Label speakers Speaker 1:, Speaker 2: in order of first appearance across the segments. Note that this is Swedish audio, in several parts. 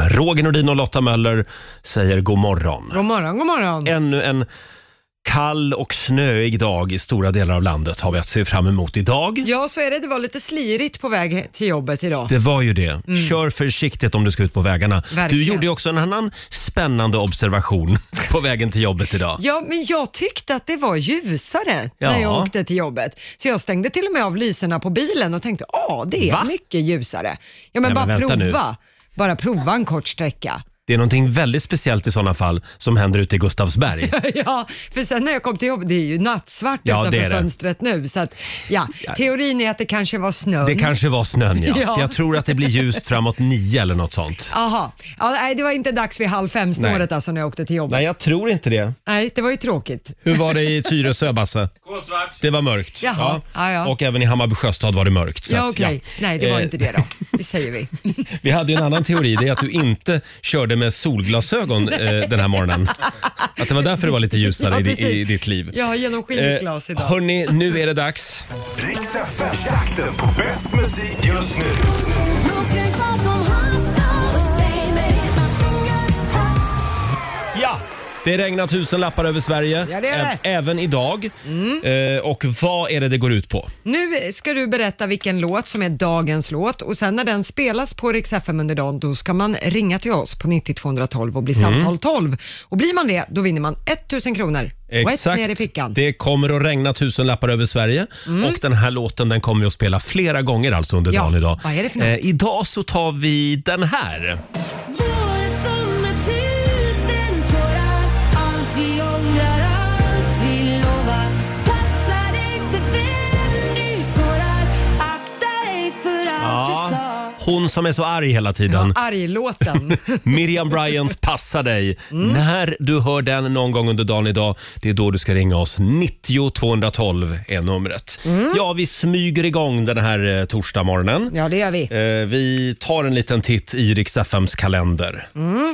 Speaker 1: Roger Nordin och Lotta Möller säger god morgon.
Speaker 2: God morgon, god morgon.
Speaker 1: Ännu en kall och snöig dag i stora delar av landet har vi att se fram emot idag.
Speaker 2: Ja, så är det. Det var lite slirigt på väg till jobbet idag.
Speaker 1: Det var ju det. Kör försiktigt om du ska ut på vägarna. Du
Speaker 2: Verkligen.
Speaker 1: gjorde ju också en annan spännande observation på vägen till jobbet idag.
Speaker 2: Ja, men jag tyckte att det var ljusare
Speaker 1: Ja.
Speaker 2: när jag åkte till jobbet. Så jag stängde till och med av lyserna på bilen och tänkte, ja det är
Speaker 1: Va?
Speaker 2: mycket ljusare. Ja, men
Speaker 1: Nej,
Speaker 2: bara
Speaker 1: men vänta
Speaker 2: prova.
Speaker 1: nu.
Speaker 2: Bara prova en kort sträcka.
Speaker 1: Det är någonting väldigt speciellt i sådana fall som händer ute i Gustavsberg.
Speaker 2: ja, för sen när jag kom till jobbet, det är ju nattsvart
Speaker 1: Ja, det är
Speaker 2: utanför
Speaker 1: det.
Speaker 2: fönstret nu. Så att, ja, teorin är att det kanske var snön.
Speaker 1: Det kanske var snön ja.
Speaker 2: Ja.
Speaker 1: För Jag tror att det blir ljust framåt nio eller något sånt.
Speaker 2: Aha. Ja, nej, det var inte dags vid halv fem-snåret
Speaker 1: Nej.
Speaker 2: alltså när jag åkte till jobbet.
Speaker 1: Nej, jag tror inte det.
Speaker 2: Nej, det var ju tråkigt.
Speaker 1: Hur var det i Tyresö, Basse? Det var mörkt.
Speaker 2: Jaha. Ja, ja.
Speaker 1: Och även i Hammarby sjöstad var det mörkt. så
Speaker 2: Ja,
Speaker 1: att,
Speaker 2: okej. Nej, det var
Speaker 1: Eh,
Speaker 2: inte det då. Det säger vi.
Speaker 1: Vi hade ju en annan teori, det är att du inte körde med solglasögon eh, den här morgonen. Att det var därför det var lite ljusare
Speaker 2: Ja,
Speaker 1: i, di-
Speaker 2: precis.
Speaker 1: i ditt liv. Eh,
Speaker 2: Jag har genomskinligt glas idag.
Speaker 1: hörni, nu är det dags.
Speaker 3: Riks FM, jakten på bäst musik just nu.
Speaker 1: Ja! Det regnar tusen lappar över Sverige,
Speaker 2: Ja, det Mm. är
Speaker 1: ä- även idag. Eh, och vad är det det går ut på?
Speaker 2: Nu ska du berätta vilken låt som är dagens låt och sen när den spelas på Rix FM under dagen, då ska man ringa till oss på 90 212 och bli
Speaker 1: Mm.
Speaker 2: samtal 12. Och blir man det, då vinner man 1000 kronor. Rätt ner i fickan. Mm.
Speaker 1: Det kommer att regna tusen lappar över Sverige och den här låten den kommer vi att spela flera gånger alltså under
Speaker 2: Ja,
Speaker 1: dagen idag. Eh,
Speaker 2: vad är det för något?
Speaker 1: idag så tar vi den här. Hon som är så arg hela tiden.
Speaker 2: Arglåten.
Speaker 1: Miriam Bryant, passa dig.
Speaker 2: Mm.
Speaker 1: När du hör den någon gång under dagen idag, det är då du ska ringa oss. 90 212 är numret. Ja, vi smyger igång den här eh, torsdagmorgonen.
Speaker 2: Mm. ja, det gör vi.
Speaker 1: Eh, vi tar en liten titt i Rix FMs kalender.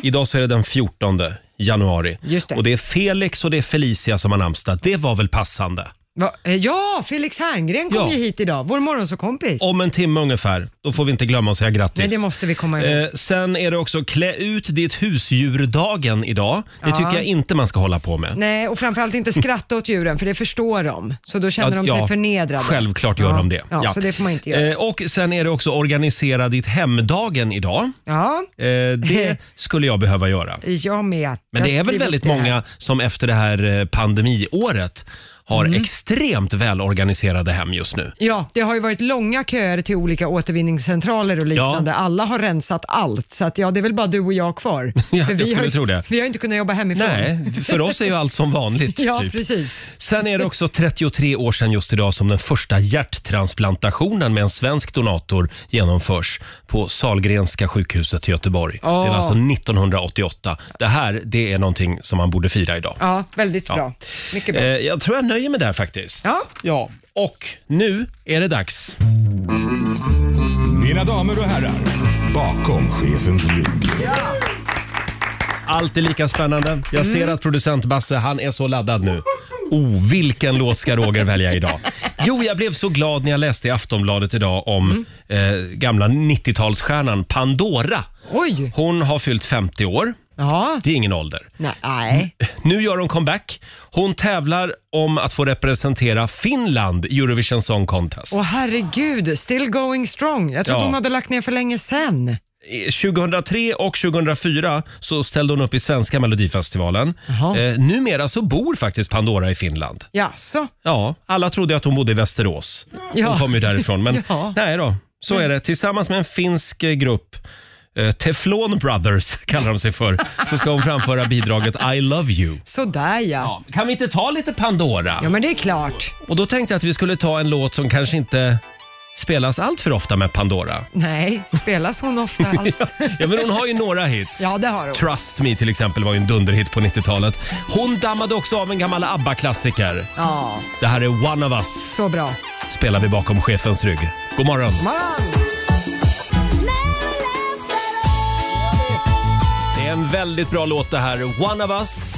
Speaker 1: Idag så är det den 14 januari.
Speaker 2: Mm. Just det.
Speaker 1: Och det är Felix och det är Felicia som har namnsdag. Det var väl passande?
Speaker 2: Va- eh, Ja, Felix Herngren kom
Speaker 1: Ja.
Speaker 2: ju hit idag, vår morgonsåkompis.
Speaker 1: Om en timme ungefär. Då får vi inte glömma att säga grattis.
Speaker 2: Nej, det måste vi komma ihåg.
Speaker 1: Eh, sen är det också klä ut ditt husdjur-dagen idag. Det tycker jag inte man ska hålla på med.
Speaker 2: Nej, och framförallt inte skratta åt djuren för det förstår de. Så då känner de sig förnedrade.
Speaker 1: Självklart gör
Speaker 2: ja.
Speaker 1: de det.
Speaker 2: Ja,
Speaker 1: Ja.
Speaker 2: så det får man inte göra.
Speaker 1: Eh, och sen är det också organisera ditt hem-dagen idag.
Speaker 2: Ja,
Speaker 1: Eh, det skulle jag behöva göra.
Speaker 2: jag med.
Speaker 1: Men
Speaker 2: Jag
Speaker 1: det är väl
Speaker 2: skriver
Speaker 1: väldigt
Speaker 2: upp det här.
Speaker 1: många som efter det här eh, pandemiåret har
Speaker 2: Mm.
Speaker 1: extremt välorganiserade hem just nu.
Speaker 2: Ja, det har ju varit långa köer till olika återvinningscentraler och liknande.
Speaker 1: Ja.
Speaker 2: Alla har rensat allt, så att, ja, det är väl bara du och jag kvar.
Speaker 1: jag
Speaker 2: För vi
Speaker 1: skulle
Speaker 2: har, ju-
Speaker 1: tro det.
Speaker 2: Vi har ju inte kunnat jobba hemifrån.
Speaker 1: Nej, för oss är ju allt som vanligt.
Speaker 2: Ja,
Speaker 1: typ.
Speaker 2: precis.
Speaker 1: Sen är det också 33 år sedan just idag som den första hjärttransplantationen med en svensk donator genomförs på Sahlgrenska sjukhuset i Göteborg.
Speaker 2: Åh.
Speaker 1: Det var alltså 1988. Det här det är någonting som man borde fira idag.
Speaker 2: Ja, väldigt
Speaker 1: Ja.
Speaker 2: bra. Mycket
Speaker 1: Eh,
Speaker 2: bra.
Speaker 1: jag tror jag nöjer mig där faktiskt.
Speaker 2: Ja.
Speaker 1: ja. Och nu är det dags.
Speaker 3: Mina damer och herrar, bakom chefens rygg.
Speaker 1: Allt är lika spännande. Jag
Speaker 2: Mm.
Speaker 1: ser att producent Basse, han är så laddad nu. Oh, vilken låt ska Roger välja idag? Jo, jag blev så glad när jag läste i Aftonbladet idag om
Speaker 2: Mm.
Speaker 1: eh, gamla 90-talsstjärnan Pandora.
Speaker 2: Oj!
Speaker 1: Hon har fyllt 50 år.
Speaker 2: Ja.
Speaker 1: Det är ingen ålder.
Speaker 2: Nej, nej.
Speaker 1: Nu gör hon comeback. Hon tävlar om att få representera Finland i Eurovision Song Contest.
Speaker 2: Åh herregud, still going strong. Jag trodde
Speaker 1: Ja.
Speaker 2: hon hade lagt ner för länge sen.
Speaker 1: Eh, 2003 och 2004 så ställde hon upp i svenska Melodifestivalen.
Speaker 2: Jaha.
Speaker 1: Eh, numera så bor faktiskt Pandora i Finland.
Speaker 2: Jaså?
Speaker 1: Ja, alla trodde att hon bodde i Västerås.
Speaker 2: Ja.
Speaker 1: Hon kom ju därifrån. Men
Speaker 2: Ja.
Speaker 1: nej då, så är det. Tillsammans med en finsk eh, grupp, eh, Teflon Brothers kallar de sig för, så ska hon framföra bidraget I love you.
Speaker 2: Sådär ja.
Speaker 1: Kan vi inte ta lite Pandora?
Speaker 2: Ja, men det är klart.
Speaker 1: Och då tänkte jag att vi skulle ta en låt som kanske inte spelas allt för ofta med Pandora.
Speaker 2: Nej, spelas hon ofta alls?
Speaker 1: Ja, men hon har ju några hits.
Speaker 2: Ja, det har hon.
Speaker 1: Trust Me till exempel var ju en dunderhit på 90-talet. Hon dammade också av en gammal ABBA-klassiker.
Speaker 2: Ja,
Speaker 1: Det här är One of Us,
Speaker 2: så bra.
Speaker 1: spelar vi bakom chefens rygg. God morgon!
Speaker 2: Man.
Speaker 1: Det är en väldigt bra låt det här. One of us.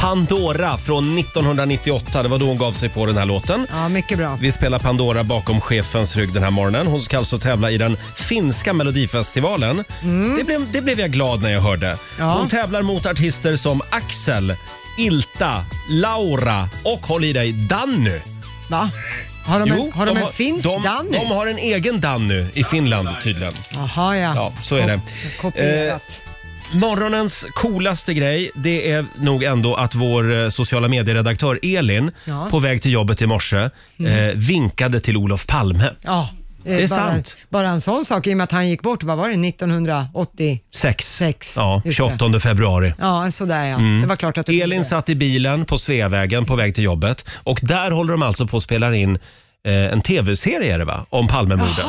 Speaker 1: Pandora från 1998. Det var då hon gav sig på den här låten.
Speaker 2: Ja, mycket bra.
Speaker 1: Vi spelar Pandora bakom chefens rygg den här morgonen. Hon ska alltså tävla i den finska melodifestivalen. Det, blev, det blev jag glad när jag hörde.
Speaker 2: Mm. Ja.
Speaker 1: Hon tävlar mot artister som Axel, Ilta, Laura och håll i dig, Danny.
Speaker 2: Va? Har de, en, har de, en
Speaker 1: har-
Speaker 2: finsk
Speaker 1: de,
Speaker 2: Danny?
Speaker 1: De har en egen Danny i Finland tydligen.
Speaker 2: Jaha, ja.
Speaker 1: Ja, så är det. Eh,
Speaker 2: Ko- Kopierat.
Speaker 1: Morgonens coolaste grej, det är nog ändå att vår eh, sociala medieredaktör Elin
Speaker 2: Ja. Mm.
Speaker 1: på väg till jobbet i morse eh, vinkade till Olof Palme.
Speaker 2: ja. Det
Speaker 1: är
Speaker 2: bara,
Speaker 1: sant.
Speaker 2: Bara en sån sak, i och med att han gick bort, vad var det, 1980?
Speaker 1: Sex.
Speaker 2: Sex,
Speaker 1: Ja,
Speaker 2: just
Speaker 1: 28 februari.
Speaker 2: Ja, sådär ja. Det var klart att du
Speaker 1: Mm. Elin
Speaker 2: gjorde det.
Speaker 1: satt i bilen på Sveavägen på väg till jobbet och där håller de alltså på att spela in eh, en tv-serie är det va? om Palmemordet.
Speaker 2: Jaha,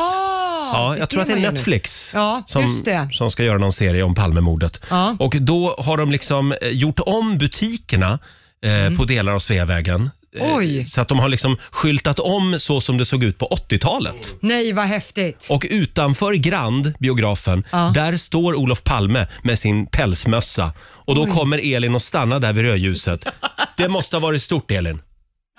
Speaker 1: Ja,
Speaker 2: Ah, det
Speaker 1: jag tror att det
Speaker 2: man
Speaker 1: är
Speaker 2: gör nu.
Speaker 1: Netflix
Speaker 2: Ja,
Speaker 1: som,
Speaker 2: just det.
Speaker 1: som ska göra någon serie om Palmemordet.
Speaker 2: Ja.
Speaker 1: Och då har de liksom eh, gjort om butikerna eh, på delar av Sveavägen. Eh,
Speaker 2: Mm. Oj.
Speaker 1: Så att de har liksom skyltat om så som det såg ut på 80-talet.
Speaker 2: Nej, vad häftigt.
Speaker 1: Och utanför Grand, biografen,
Speaker 2: Ja.
Speaker 1: där står Olof Palme med sin pälsmössa. Och då kommer Elin och stanna där vid rödljuset. Det måste ha varit stort Elin.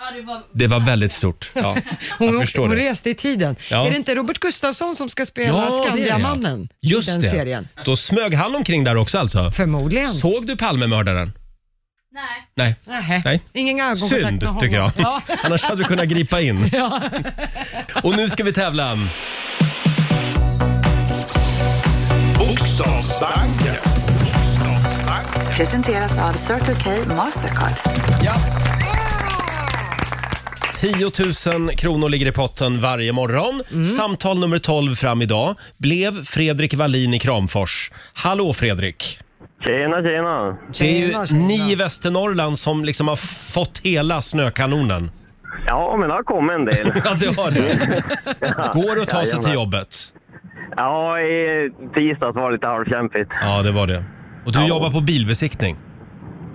Speaker 4: Ja, det var...
Speaker 1: Det var väldigt stort. Ja,
Speaker 2: Hon,
Speaker 1: jag förstår
Speaker 2: hon
Speaker 1: det.
Speaker 2: reste i tiden.
Speaker 1: Ja.
Speaker 2: Är det inte Robert Gustafsson som ska spela
Speaker 1: Ja, det är det.
Speaker 2: Skandiamannen
Speaker 1: Just
Speaker 2: i den
Speaker 1: det.
Speaker 2: serien?
Speaker 1: Då smög han omkring där också alltså.
Speaker 2: Förmodligen.
Speaker 1: Såg du Palmemördaren?
Speaker 4: Nej.
Speaker 1: Nej.
Speaker 2: Nähä.
Speaker 1: Nej.
Speaker 2: Ingen ögonkontakt
Speaker 1: Synd,
Speaker 2: med honom.
Speaker 1: tycker jag.
Speaker 2: Ja.
Speaker 1: Annars hade du kunnat gripa in. Och nu ska vi tävla.
Speaker 3: Bokstavsbanken.
Speaker 5: Presenteras av Circle K Mastercard.
Speaker 1: 10 000 kronor ligger i potten varje morgon.
Speaker 2: Mm.
Speaker 1: Samtal nummer 12 fram idag blev Fredrik Wallin i Kramfors. Hallå Fredrik!
Speaker 6: Tjena, tjena.
Speaker 1: Det är ju
Speaker 2: Tjena, tjena.
Speaker 1: ni i Västernorrland som liksom har fått hela snökanonen.
Speaker 6: Ja, men det har kommit en del.
Speaker 1: Ja, det har det. Går det att ta sig till
Speaker 6: Jajamän.
Speaker 1: jobbet?
Speaker 6: Ja, i tisdags var det lite halvkämpigt.
Speaker 1: Ja, det var det. Och du jobbar på bilbesiktning.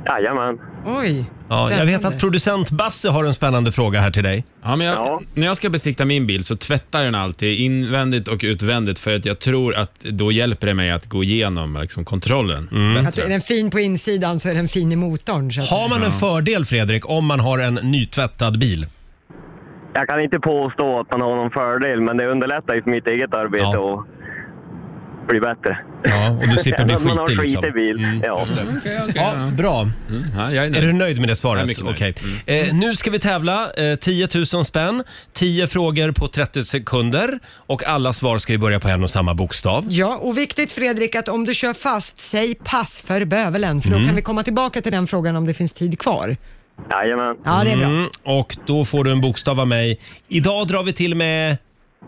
Speaker 6: Jajamän.
Speaker 2: Oj.
Speaker 1: Ja, jag vet att producent Basse har en spännande fråga här till dig.
Speaker 7: Ja, men jag,
Speaker 6: Ja.
Speaker 7: När jag ska besikta min bil så tvättar jag den alltid invändigt och utvändigt för att jag tror att då hjälper det mig att gå igenom liksom, kontrollen
Speaker 1: Mm.
Speaker 2: Att är
Speaker 7: bättre.
Speaker 2: den fin på insidan så är den fin i motorn. Så att-
Speaker 1: Har man en fördel Fredrik om man har en nytvättad bil?
Speaker 6: Jag kan inte påstå att man har någon fördel, men det underlättar ju för mitt eget arbete
Speaker 1: Ja.
Speaker 6: och bli bättre.
Speaker 1: Ja, och du slipper bli
Speaker 6: Även om man har
Speaker 1: skitig liksom.
Speaker 6: skitig bil. Ja.
Speaker 7: Okej, okej,
Speaker 1: Ja, bra.
Speaker 7: ja. Ja, jag är
Speaker 1: Är
Speaker 7: nöjd.
Speaker 1: du nöjd med det
Speaker 7: Mm. Jag är
Speaker 1: svaret?
Speaker 7: mycket nöjd. Mm.
Speaker 1: Okej. Eh, nu ska vi tävla. Eh, 10 000 spänn, 10 frågor på 30 sekunder och alla svar ska ju börja på en och samma bokstav.
Speaker 2: Ja, och viktigt Fredrik att om du kör fast, säg pass för bövelen för då
Speaker 1: Mm.
Speaker 2: kan vi komma tillbaka till den frågan om det finns tid kvar.
Speaker 6: Jajamän.
Speaker 2: Ja, det är bra.
Speaker 1: Mm, och då får du en bokstav av mig. Idag drar vi till med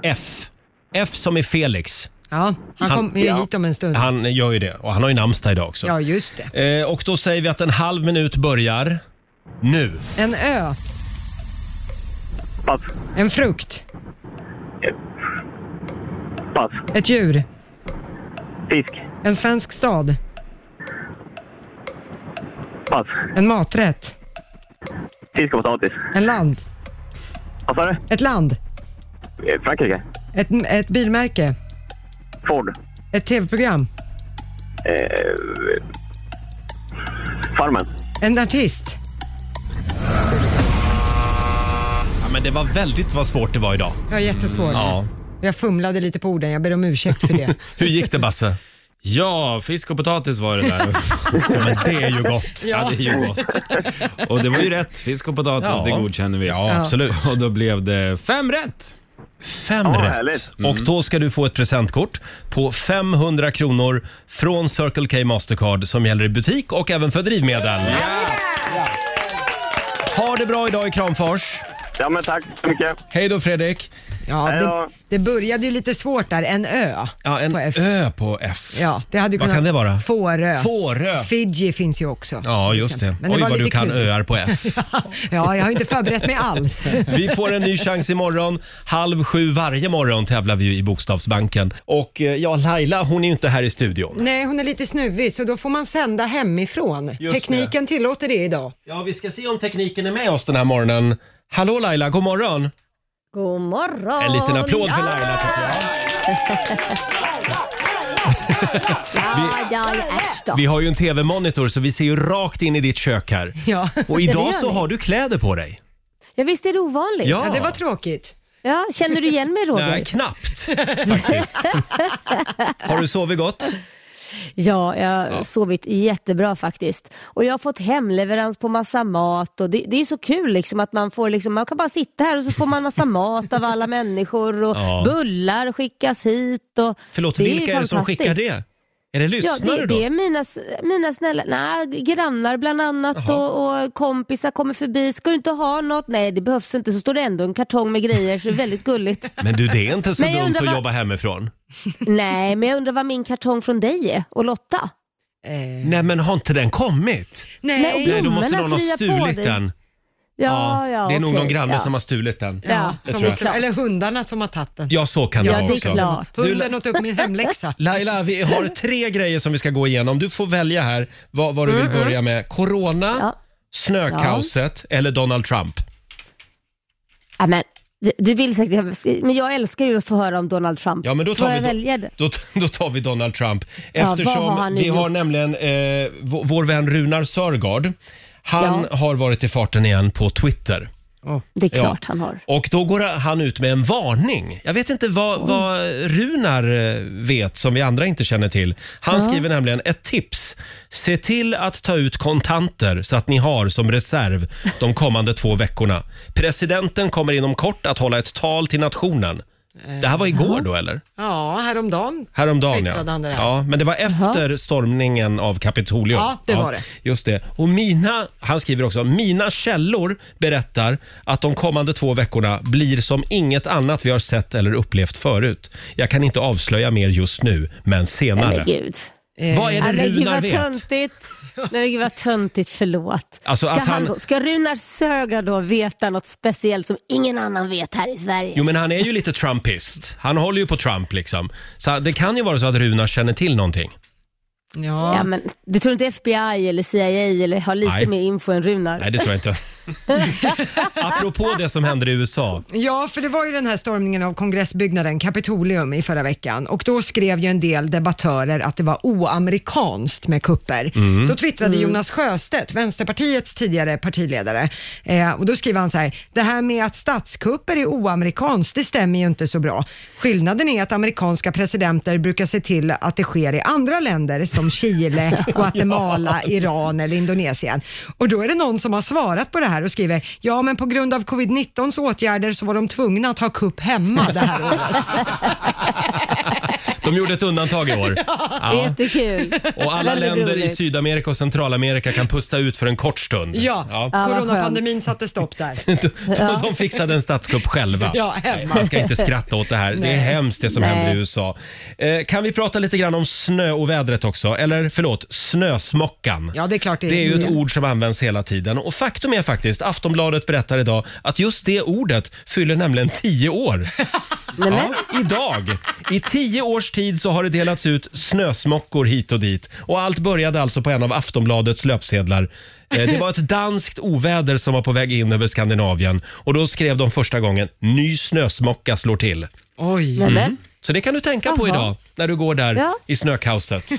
Speaker 1: F. F som är Felix.
Speaker 2: Ja, han
Speaker 1: Han-
Speaker 2: kommer ju hit om en stund.
Speaker 1: Han gör ju det och han har ju namnsdag idag också.
Speaker 2: Ja, just det.
Speaker 1: Eh, och då säger vi att en halv minut börjar nu.
Speaker 2: En ö,
Speaker 6: Pass.
Speaker 2: en frukt,
Speaker 6: Pass.
Speaker 2: ett djur,
Speaker 6: Fisk.
Speaker 2: en svensk stad,
Speaker 6: Pass.
Speaker 2: en maträtt,
Speaker 6: Fisk och potatis.
Speaker 2: en land,
Speaker 6: Vad sa du?
Speaker 2: ett land,
Speaker 6: Eh, Frankrike.
Speaker 2: ett, ett bilmärke,
Speaker 6: Ford.
Speaker 2: ett tv-program,
Speaker 6: Eh, farmen.
Speaker 2: en artist.
Speaker 1: Ja, men det var väldigt vad svårt det var idag.
Speaker 2: Ja, jättesvårt.
Speaker 1: Ja.
Speaker 2: Jag fumlade lite på orden, jag ber om ursäkt för det.
Speaker 1: Hur gick det Basse?
Speaker 7: Ja, fisk och potatis var det där.
Speaker 1: Ja, men det är ju gott.
Speaker 7: ja, det är ju gott. Och det var ju rätt. Fisk och potatis,
Speaker 1: Ja.
Speaker 7: det godkänner vi.
Speaker 1: Ja, absolut.
Speaker 7: Och då blev det fem rätt.
Speaker 1: Fem
Speaker 6: Ja,
Speaker 1: rätt.
Speaker 6: härligt.
Speaker 7: Mm.
Speaker 1: Och då ska du få ett presentkort på 500 kronor från Circle K Mastercard som gäller i butik och även för drivmedel. Ha det bra idag i Kramfors.
Speaker 6: Ja, men tack så mycket.
Speaker 1: Hej då Fredrik.
Speaker 2: Ja,
Speaker 6: Hej
Speaker 2: det,
Speaker 6: då.
Speaker 2: det började ju lite svårt där, en ö.
Speaker 1: Ja, en
Speaker 2: på F.
Speaker 1: ö på F.
Speaker 2: Ja, det hade ju
Speaker 1: Vad
Speaker 2: kunnat...
Speaker 1: kan det vara?
Speaker 2: Fårö.
Speaker 1: Fårö.
Speaker 2: Fiji finns ju också.
Speaker 1: Ja,
Speaker 2: till
Speaker 1: just det.
Speaker 2: exempel. Men
Speaker 1: Oj,
Speaker 2: det var
Speaker 1: vad
Speaker 2: lite
Speaker 1: du kan
Speaker 2: klurigt.
Speaker 1: öar på F.
Speaker 2: Ja, jag har inte förberett mig alls.
Speaker 1: Vi får en ny chans imorgon. Halv sju varje morgon tävlar vi ju i Bokstavsbanken. Och eh, ja, Laila hon är ju inte här i studion.
Speaker 2: Nej, hon är lite snuvig så då får man sända hemifrån.
Speaker 1: Just
Speaker 2: Tekniken tillåter det idag.
Speaker 1: Ja, vi ska se om tekniken är med oss den här morgonen. Hallå Laila, god morgon!
Speaker 4: God morgon!
Speaker 1: En liten applåd för Laila tycker jag.
Speaker 8: Ja, ja, ja, äsch då.
Speaker 1: Vi har ju en tv-monitor så vi ser ju rakt in i ditt kök här.
Speaker 2: Ja.
Speaker 1: Och
Speaker 8: gör
Speaker 1: idag så
Speaker 8: ni.
Speaker 1: har du kläder på dig.
Speaker 8: Ja, visst är det ovanligt?
Speaker 1: Ja.
Speaker 2: ja, det var tråkigt.
Speaker 8: Ja, känner du igen mig Roger?
Speaker 1: Nej, knappt faktiskt. Har du sovit gott?
Speaker 8: Ja, jag har sovit jättebra faktiskt. Och jag har fått hemleverans på massa mat och det, det är så kul liksom att man får liksom, man kan bara sitta här och så får man massa mat av alla människor och
Speaker 1: Ja.
Speaker 8: bullar skickas hit och
Speaker 1: Förlåt,
Speaker 8: ju
Speaker 1: vilka är det som
Speaker 8: fantastiskt.
Speaker 1: skickar det? Är det
Speaker 8: Ja,
Speaker 1: lyssnare
Speaker 8: det, det är
Speaker 1: då?
Speaker 8: mina, s- mina snälla, nej, grannar bland annat och, och kompisar kommer förbi. Ska du inte ha något? Nej, det behövs inte. Så står det ändå en kartong med grejer, så det är väldigt gulligt.
Speaker 1: Men du, det är inte så
Speaker 8: Men jag
Speaker 1: dumt
Speaker 8: undrar
Speaker 1: att
Speaker 8: vad-
Speaker 1: jobba hemifrån.
Speaker 8: nej, men jag undrar vad min kartong från dig är och Lotta.
Speaker 1: Nej, men har inte den kommit?
Speaker 2: Eh, Nej,
Speaker 8: Nej, och-
Speaker 1: Nej, då måste
Speaker 8: Blommorna
Speaker 1: någon ha
Speaker 8: kryar på
Speaker 1: stulit
Speaker 8: dig.
Speaker 1: den.
Speaker 8: Ah, Ja, ja,
Speaker 1: det är nog
Speaker 8: okej,
Speaker 1: någon granne
Speaker 8: ja.
Speaker 1: som har stulit den.
Speaker 8: Ja,
Speaker 1: det
Speaker 2: som
Speaker 1: tror
Speaker 2: måste,
Speaker 1: jag.
Speaker 2: eller hundarna som har tagit den.
Speaker 1: Ja, så kan det
Speaker 8: Ja,
Speaker 1: vara
Speaker 8: det är
Speaker 1: också.
Speaker 8: klart.
Speaker 2: Hunden åt upp min hemläxa.
Speaker 1: Laila, vi har tre grejer som vi ska gå igenom. Du får välja här vad, vad du vill börja med. Corona,
Speaker 8: Mm, Ja.
Speaker 1: snökaoset eller Donald Trump.
Speaker 8: Ja, men, du- du vill säkert, jag ska- men jag älskar ju att få höra om Donald Trump.
Speaker 1: Ja, men då
Speaker 8: Får
Speaker 1: tar,
Speaker 8: jag
Speaker 1: vi,
Speaker 8: välja
Speaker 1: Do-
Speaker 8: det?
Speaker 1: då, då tar vi Donald Trump.
Speaker 8: vad
Speaker 1: Eftersom
Speaker 8: har han nu
Speaker 1: vi har
Speaker 8: gjort?
Speaker 1: nämligen eh, vå- vår vän Runar Sörgard. Han
Speaker 8: Ja.
Speaker 1: har varit i farten igen på Twitter.
Speaker 8: Det är
Speaker 1: Ja.
Speaker 8: klart han har.
Speaker 1: Och då går han ut med en varning. Jag vet inte vad, vad Runar eh, vet som vi andra inte känner till. Han skriver nämligen ett tips. Se till att ta ut kontanter så att ni har som reserv de kommande två veckorna. Presidenten kommer inom kort att hålla ett tal till nationen. Det här var igår då eller?
Speaker 2: Ja, häromdagen.
Speaker 1: Häromdagen
Speaker 2: Twittrade han
Speaker 1: ja.
Speaker 2: det där.
Speaker 1: ja. Men det var efter stormningen av Kapitolium.
Speaker 2: Ja, det var det.
Speaker 1: Just det. Och mina, han skriver också, mina källor berättar att de kommande två veckorna blir som inget annat vi har sett eller upplevt förut. Jag kan inte avslöja mer just nu, men
Speaker 8: Nej,
Speaker 1: senare.
Speaker 8: men gud.
Speaker 1: Vad är
Speaker 8: Nej,
Speaker 1: det
Speaker 8: men gud
Speaker 1: Runar
Speaker 8: vad
Speaker 1: vet?
Speaker 8: töntigt. Nej, men gud vad töntigt, förlåt.
Speaker 1: Alltså
Speaker 8: ska,
Speaker 1: att han-
Speaker 8: då, ska Runar Sögaard då veta något speciellt som ingen annan vet här i Sverige?
Speaker 1: Jo, men han är ju lite trumpist. Han håller ju på Trump liksom. Så det kan ju vara så att Runar känner till någonting.
Speaker 8: Ja,
Speaker 2: Ja.
Speaker 8: men, du tror inte FBI eller CIA eller har lite
Speaker 1: Nej.
Speaker 8: mer info än Runar?
Speaker 1: Nej, det tror jag inte. Apropå det som händer i USA.
Speaker 2: ja, för det var ju den här stormningen av kongressbyggnaden Kapitolium i förra veckan och då skrev ju en del debattörer att det var oamerikanskt med kupper. Då twittrade Jonas Sjöstedt, Vänsterpartiets tidigare partiledare, eh, och då skriver han så här, det här med att statskupper är oamerikanskt, det stämmer ju inte så bra. Skillnaden är att amerikanska presidenter brukar se till att det sker i andra länder som Chile, Guatemala, Iran eller Indonesien. Och då är det någon som har svarat på det här och skriver, ja men på grund av covid-19s åtgärder så var de tvungna att ha kupp hemma det här året.
Speaker 1: De gjorde ett undantag i år.
Speaker 8: Det
Speaker 1: Ja.
Speaker 8: är Jättekul.
Speaker 1: Och alla
Speaker 8: Väldigt
Speaker 1: länder i
Speaker 8: roligt.
Speaker 1: Sydamerika och Centralamerika kan pusta ut för en kort stund.
Speaker 2: Ja,
Speaker 8: vad
Speaker 2: coronapandemin satte stopp där.
Speaker 1: De, de fixade en statskupp själva.
Speaker 2: Ja, hemma.
Speaker 1: Man ska inte skratta åt det här. Det är hemskt det som
Speaker 8: Nej.
Speaker 1: händer i USA. Eh, kan vi prata lite grann om snö och vädret också? Eller förlåt, snösmockan.
Speaker 2: Ja, det är klart det är.
Speaker 1: Det är ju ett
Speaker 8: Mm.
Speaker 1: ord som används hela tiden. Och faktum är faktiskt, Aftonbladet berättar idag att just det ordet fyller nämligen tio år.
Speaker 8: Nej, men,
Speaker 1: Ja, idag. I tio års tid så har det delats ut snösmockor hit och dit. Och allt började alltså på en av Aftonbladets löpsedlar. Eh, Det var ett danskt oväder som var på väg in över Skandinavien. Och då skrev de första gången “Ny snösmocka slår till”.
Speaker 2: Oj.
Speaker 8: nej, men,
Speaker 1: Så det kan du tänka på
Speaker 8: Jaha.
Speaker 1: idag när du går där
Speaker 8: Ja.
Speaker 1: i snökaoset.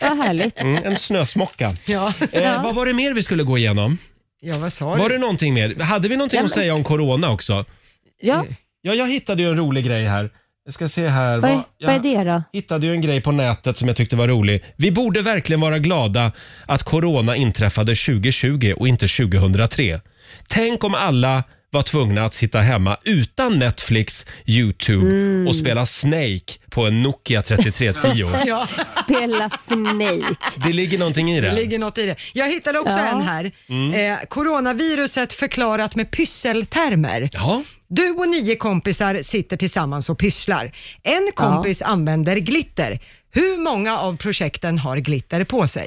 Speaker 8: vad härligt.
Speaker 1: Mm, en snösmocka.
Speaker 2: Ja.
Speaker 1: Eh, vad var det mer vi skulle gå igenom?
Speaker 2: ja, vad sa
Speaker 1: Var
Speaker 2: du?
Speaker 1: det någonting mer? Hade vi någonting
Speaker 8: Ja,
Speaker 1: att
Speaker 8: men-
Speaker 1: säga om corona också?
Speaker 8: Ja,
Speaker 1: Ja, jag hittade ju en rolig grej här. Jag ska se här.
Speaker 8: vad,
Speaker 1: Vad-
Speaker 8: är, vad är
Speaker 1: jag-
Speaker 8: det då?
Speaker 1: hittade ju en grej på nätet som jag tyckte var rolig. Vi borde verkligen vara glada att corona inträffade 2020 och inte 2003. Tänk om alla var tvungna att sitta hemma utan Netflix, Youtube
Speaker 8: Mm.
Speaker 1: och spela Snake på en Nokia 3310.
Speaker 2: Ja.
Speaker 8: Spela Snake.
Speaker 1: Det ligger någonting i
Speaker 2: Det
Speaker 1: det.
Speaker 2: ligger något i det. Jag hittade också
Speaker 8: Ja.
Speaker 2: en här.
Speaker 1: Mm.
Speaker 2: Eh, coronaviruset förklarat med pysseltermer.
Speaker 1: Ja,
Speaker 2: Du och nio kompisar sitter tillsammans och pysslar. En kompis använder glitter. Hur många av projekten har glitter på sig?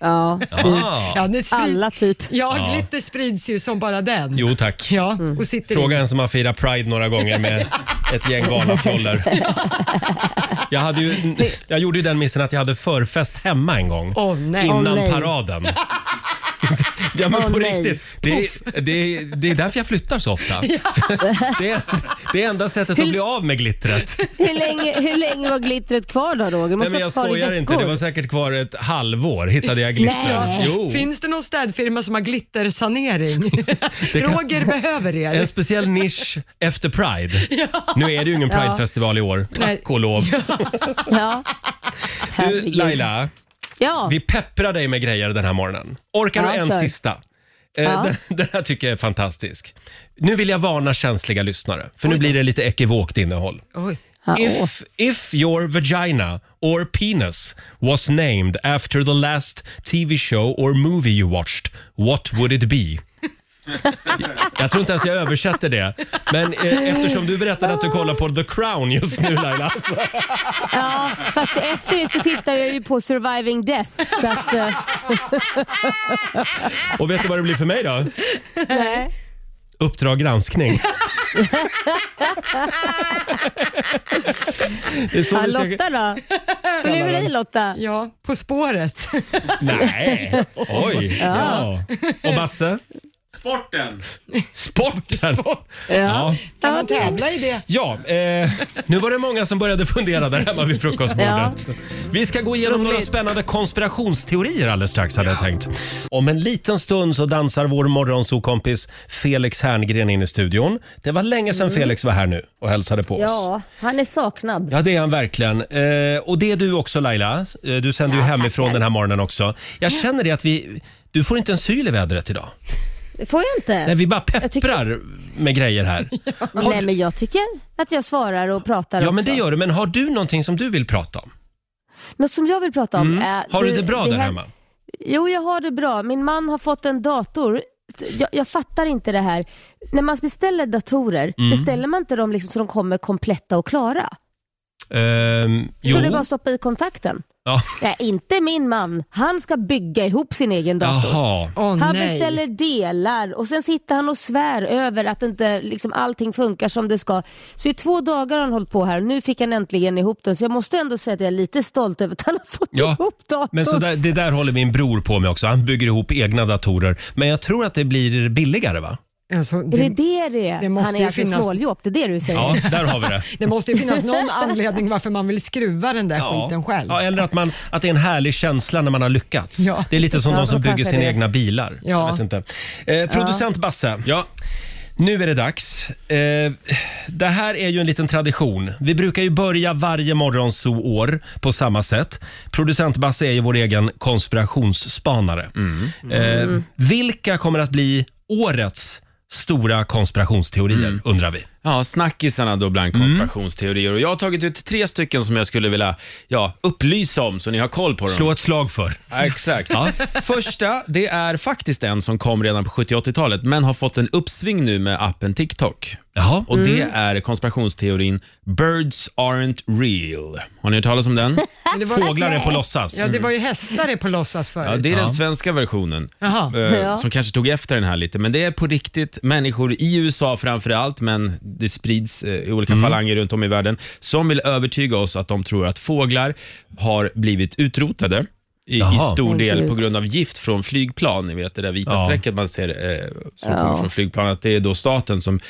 Speaker 8: Ja,
Speaker 1: ah.
Speaker 2: Ja, det sprid-
Speaker 8: alla typ.
Speaker 2: Ja, glitter sprids ju som bara den.
Speaker 1: jo tack.
Speaker 2: Ja,
Speaker 8: Mm.
Speaker 2: och sitter
Speaker 1: Fråga
Speaker 2: i.
Speaker 1: en som har firat Pride några gånger med ett gäng valafjoller. Jag, hade ju, jag gjorde ju den missen att jag hade förfest hemma en gång.
Speaker 2: Åh, nej.
Speaker 1: Innan
Speaker 8: Åh, nej.
Speaker 1: paraden. Ja, men
Speaker 8: Åh,
Speaker 1: på
Speaker 8: nej.
Speaker 1: riktigt. Det är, det, är, det är därför jag flyttar så ofta. Det, är, det är enda sättet att bli av med glittret.
Speaker 8: Hur länge, hur länge var glittret kvar då Roger?
Speaker 1: Nej,
Speaker 8: Måste
Speaker 1: men jag
Speaker 8: ha varit kvar i
Speaker 1: skojar inte.
Speaker 8: veckor.
Speaker 1: Det var säkert kvar ett halvår hittade jag glitter.
Speaker 8: Nej.
Speaker 1: Jo.
Speaker 2: Finns det någon städfirma som har glittersanering?
Speaker 1: kan-
Speaker 2: Roger behöver
Speaker 1: En
Speaker 2: er.
Speaker 1: speciell nisch efter Pride. Nu är det ju ingen
Speaker 8: Ja.
Speaker 1: Pridefestival i år,
Speaker 2: Nej.
Speaker 1: tack och lov.
Speaker 8: Ja.
Speaker 1: Du,
Speaker 8: Herregud.
Speaker 1: Laila,
Speaker 8: Ja.
Speaker 1: vi pepprar dig med grejer den här morgonen. Orkar du
Speaker 8: Ja,
Speaker 1: en
Speaker 8: kör.
Speaker 1: sista? Eh,
Speaker 8: Ja.
Speaker 1: Den, den här tycker jag är fantastisk. Nu vill jag varna känsliga lyssnare, för nu blir det lite ekivokt innehåll.
Speaker 2: Oj.
Speaker 8: Ja, åh.
Speaker 1: If, if your vagina or penis was named after the last TV show or movie you watched, what would it be? Jag tror inte ens jag översätter det. Men eh, eftersom du berättade att du kollar på The Crown just nu Laila. Så,
Speaker 8: Ja, fast efter det så tittar jag ju på Surviving Death. Så att, eh,
Speaker 1: och vet du vad det blir för mig då?
Speaker 8: nej.
Speaker 1: Uppdrag granskning. Det är så
Speaker 8: Ja,
Speaker 1: vi
Speaker 8: Lotta då? Hur är det med dig Lotta?
Speaker 2: Ja, På spåret.
Speaker 1: Nej, oj. Ja. Och Basse?
Speaker 7: Sporten!
Speaker 1: Sporten. Ja.
Speaker 2: Kan man tävla i det?
Speaker 1: Ja, eh, nu var det många som började fundera där hemma vid frukostbordet. Vi ska gå igenom några spännande konspirationsteorier alldeles strax hade jag tänkt. Om en liten stund så dansar vår morgonsokompis Felix Herngren in i studion. Det var länge sedan Felix var här nu och hälsade på oss.
Speaker 8: Ja, han är saknad.
Speaker 1: Ja, det är han verkligen. Eh, och det är du också Laila. Eh, Du sänder ju hemifrån den här morgonen också. Jag känner det att vi... Du får inte en syl i vädret idag.
Speaker 8: Får jag
Speaker 1: Nej,
Speaker 8: inte?
Speaker 1: vi bara
Speaker 8: Jag tycker-
Speaker 1: pepprar med grejer här. Har
Speaker 8: Nej,
Speaker 1: du-
Speaker 8: men jag tycker att jag svarar och pratar
Speaker 1: Ja,
Speaker 8: också.
Speaker 1: men det gör du. Men har du någonting som du vill prata om?
Speaker 8: Något som jag vill prata om är...
Speaker 1: Mm. Har du det bra där
Speaker 8: här-
Speaker 1: hemma?
Speaker 8: Jo, jag har det bra. Min man har fått en dator. Jag, jag fattar inte det här. När man beställer datorer,
Speaker 1: Mm.
Speaker 8: beställer man inte dem liksom så de kommer kompletta och klara?
Speaker 1: Ehm, jo.
Speaker 8: Så det är bara att stoppa i kontakten?
Speaker 1: Ja.
Speaker 8: Nej, inte min man. Han ska bygga ihop sin egen dator.
Speaker 1: Jaha.
Speaker 2: Åh
Speaker 8: Han
Speaker 2: nej.
Speaker 8: beställer delar och sen sitter han och svär över att inte liksom allting funkar som det ska. Så i två dagar har han hållit på här och nu fick han äntligen ihop den. Så jag måste ändå säga att jag är lite stolt över att han har fått
Speaker 1: Ja,
Speaker 8: ihop datorn.
Speaker 1: Men så där, det där håller min bror på med också. Han bygger ihop egna datorer. Men jag tror att det blir billigare va?
Speaker 2: Alltså,
Speaker 8: Är det
Speaker 2: det,
Speaker 8: det det är?
Speaker 2: det måste
Speaker 8: han är
Speaker 2: ju
Speaker 8: alltså
Speaker 2: finnas-
Speaker 8: snåljåp, det är det du säger?
Speaker 1: Ja, där har vi det.
Speaker 2: det måste ju finnas någon anledning varför man vill skruva den där skiten själv.
Speaker 1: ja, eller att, man, att det är en härlig känsla när man har lyckats.
Speaker 2: Ja.
Speaker 1: Det är lite som
Speaker 8: Ja,
Speaker 1: de som
Speaker 8: då
Speaker 1: bygger
Speaker 8: kanske
Speaker 1: sina
Speaker 8: det.
Speaker 1: egna bilar.
Speaker 2: Ja.
Speaker 1: Jag vet inte. Eh, producent Basse,
Speaker 7: Ja,
Speaker 1: nu är det dags. Eh, det här är ju en liten tradition. Vi brukar ju börja varje morgonzoo-år på samma sätt. Producent Basse är ju vår egen konspirationsspanare.
Speaker 7: Mm.
Speaker 1: Eh, vilka kommer att bli årets stora konspirationsteorier,
Speaker 7: Mm.
Speaker 1: undrar vi.
Speaker 7: Ja, snackisarna då
Speaker 1: Mm.
Speaker 7: bland konspirationsteorier. Och jag har tagit ut tre stycken som jag skulle vilja ja, upplysa om så ni har koll på dem.
Speaker 1: Slå ett slag för.
Speaker 7: Ja, Exakt. Första, det är faktiskt en som kom redan på 70 80-talet, men har fått en uppsving nu med appen TikTok.
Speaker 1: Jaha.
Speaker 7: Och Det är konspirationsteorin “Birds aren't real”. Har ni hört talas om den?
Speaker 2: Men det var,
Speaker 1: Fåglar är på låtsas.
Speaker 2: ja, det var ju hästar det på låtsas
Speaker 7: Ja,
Speaker 2: förut.
Speaker 7: det är
Speaker 1: Ja.
Speaker 7: den svenska versionen.
Speaker 2: Jaha.
Speaker 7: eh,
Speaker 8: Ja.
Speaker 7: Som kanske tog efter den här lite, men det är på riktigt människor i USA framför allt, men det sprids eh, i olika falanger runt om i världen, som vill övertyga oss att de tror att fåglar har blivit utrotade. I, i
Speaker 1: Jaha.
Speaker 7: stor
Speaker 8: Åh,
Speaker 7: del
Speaker 8: gud.
Speaker 7: på grund av gift från flygplan, ni vet det där vita
Speaker 1: Ja.
Speaker 7: strecket man ser eh, som
Speaker 8: Ja.
Speaker 7: kommer från flygplan, att det är då staten som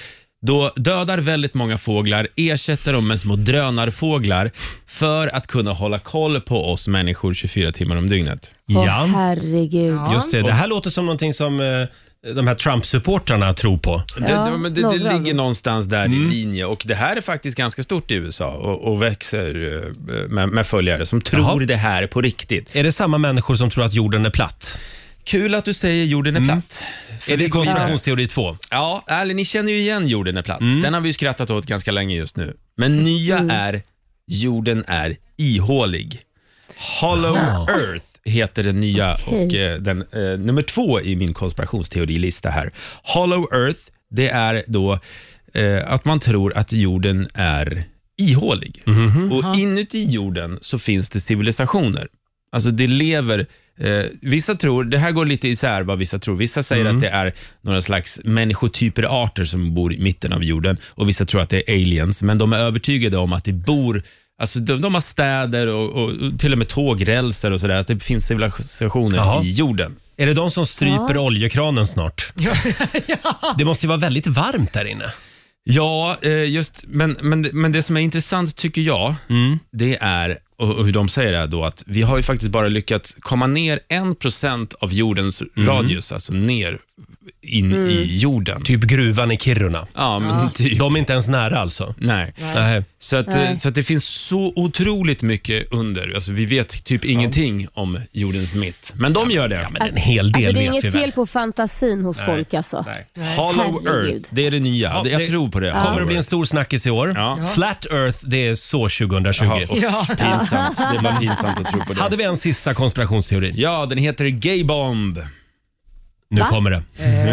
Speaker 7: då dödar väldigt många fåglar, ersätter dem med små drönarfåglar för att kunna hålla koll på oss människor 24 timmar om dygnet.
Speaker 8: Åh,
Speaker 1: Ja,
Speaker 8: herregud.
Speaker 1: just det. Det här låter som någonting som eh, de här Trump-supportrarna tror på.
Speaker 7: Det,
Speaker 8: Ja,
Speaker 7: det, men det, det
Speaker 8: några.
Speaker 7: ligger någonstans där
Speaker 1: Mm.
Speaker 7: i linje och det här är faktiskt ganska stort i USA och, och växer eh, med, med följare som tror
Speaker 1: Jaha.
Speaker 7: det här på riktigt.
Speaker 1: Är det samma människor som tror att jorden är platt?
Speaker 7: Kul att du säger jorden är platt.
Speaker 1: Är Mm. det
Speaker 7: går-
Speaker 1: konspirationsteori två?
Speaker 7: Ja, ärligt, ni känner ju igen jorden är platt. Den har vi ju skrattat åt ganska länge just nu. Men nya är jorden är ihålig. Hollow Earth heter den nya och eh, den, eh, nummer två i min konspirationsteorilista här. Hollow Earth, det är då eh, att man tror att jorden är ihålig. Och inuti jorden så finns det civilisationer. Alltså det lever, eh, vissa tror, det här går lite isär vad vissa tror. Vissa säger att det är några slags människotyper, arter som bor i mitten av jorden och vissa tror att det är aliens, men de är övertygade om att det bor Alltså de, de har städer och, och, och till och med tågrälser och sådär. Att det finns civilisationer
Speaker 1: Jaha.
Speaker 7: i jorden.
Speaker 1: Är det de som stryper oljekranen snart? Det måste ju vara väldigt varmt där inne.
Speaker 7: Ja, eh, just, men, men, men det som är intressant tycker jag,
Speaker 1: Mm.
Speaker 7: det är, och, och hur de säger det här då, att vi har ju faktiskt bara lyckats komma ner 1% av jordens
Speaker 1: Mm.
Speaker 7: radius, alltså ner in i jorden.
Speaker 1: Typ gruvan i Kiruna.
Speaker 7: Ja, men typ.
Speaker 1: De är inte ens nära alltså.
Speaker 7: Nej.
Speaker 1: Nej.
Speaker 7: Så, att, eh, så att det finns så otroligt mycket under. Alltså, vi vet typ ingenting om jordens mitt, men de gör det.
Speaker 1: Men en hel del
Speaker 8: Alltså, det
Speaker 1: vet
Speaker 8: är
Speaker 1: vi
Speaker 8: inget fel
Speaker 1: väl.
Speaker 8: på fantasin hos folk alltså.
Speaker 1: Nej.
Speaker 7: Hollow
Speaker 8: Herregud.
Speaker 7: Earth, det är det nya.
Speaker 1: Ja,
Speaker 7: Det- Jag
Speaker 1: det-
Speaker 7: tror på det.
Speaker 1: kommer
Speaker 7: Hollow
Speaker 1: att bli en
Speaker 7: Earth.
Speaker 1: stor snackis i år.
Speaker 7: Ja. Ja.
Speaker 1: Flat Earth, det är så 2020.
Speaker 7: Jaha, och pinsamt. Det var pinsamt att tro på det.
Speaker 1: Hade vi en sista konspirationsteori?
Speaker 7: Ja, den heter Gay Bomb.
Speaker 1: Nu kommer det.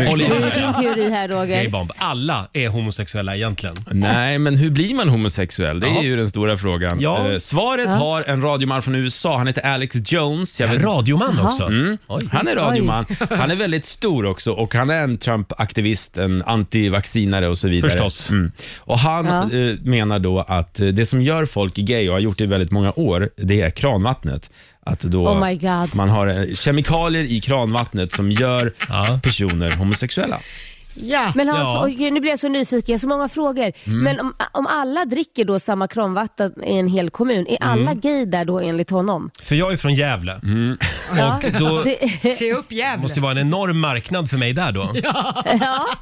Speaker 1: Håll i
Speaker 8: Hur
Speaker 1: dig.
Speaker 8: är din teori här
Speaker 1: Gay
Speaker 8: Roger?
Speaker 1: bomb. Alla är homosexuella egentligen.
Speaker 7: Nej, men hur blir man homosexuell? Det är
Speaker 1: Jaha.
Speaker 7: ju den stora frågan.
Speaker 1: Ja.
Speaker 7: Eh, Svaret har en radioman från USA. Han heter Alex Jones. Jag
Speaker 1: En
Speaker 7: vet-
Speaker 1: radioman också. Oj.
Speaker 7: han är radioman. Han är väldigt stor också och han är en Trump-aktivist, en antivaccinare och så vidare.
Speaker 1: Förstås.
Speaker 7: Mm. Och han eh, menar då att eh, det som gör folk gay och har gjort det i väldigt många år, det är kranvattnet. Att då
Speaker 8: Oh my God.
Speaker 7: man har eh, kemikalier i kranvattnet som gör
Speaker 1: Ja.
Speaker 7: personer homosexuella.
Speaker 2: Ja.
Speaker 8: Men Hans,
Speaker 1: Ja.
Speaker 8: oj, nu blir jag så nyfiken, jag har så många frågor. Men om, om alla dricker då samma kranvatten i en hel kommun, är alla gay där då enligt honom?
Speaker 1: För jag är från Gävle.
Speaker 8: Ja.
Speaker 1: Och då
Speaker 8: Det,
Speaker 2: Se upp Gävle.
Speaker 1: måste det vara en enorm marknad för mig där då.
Speaker 8: ja,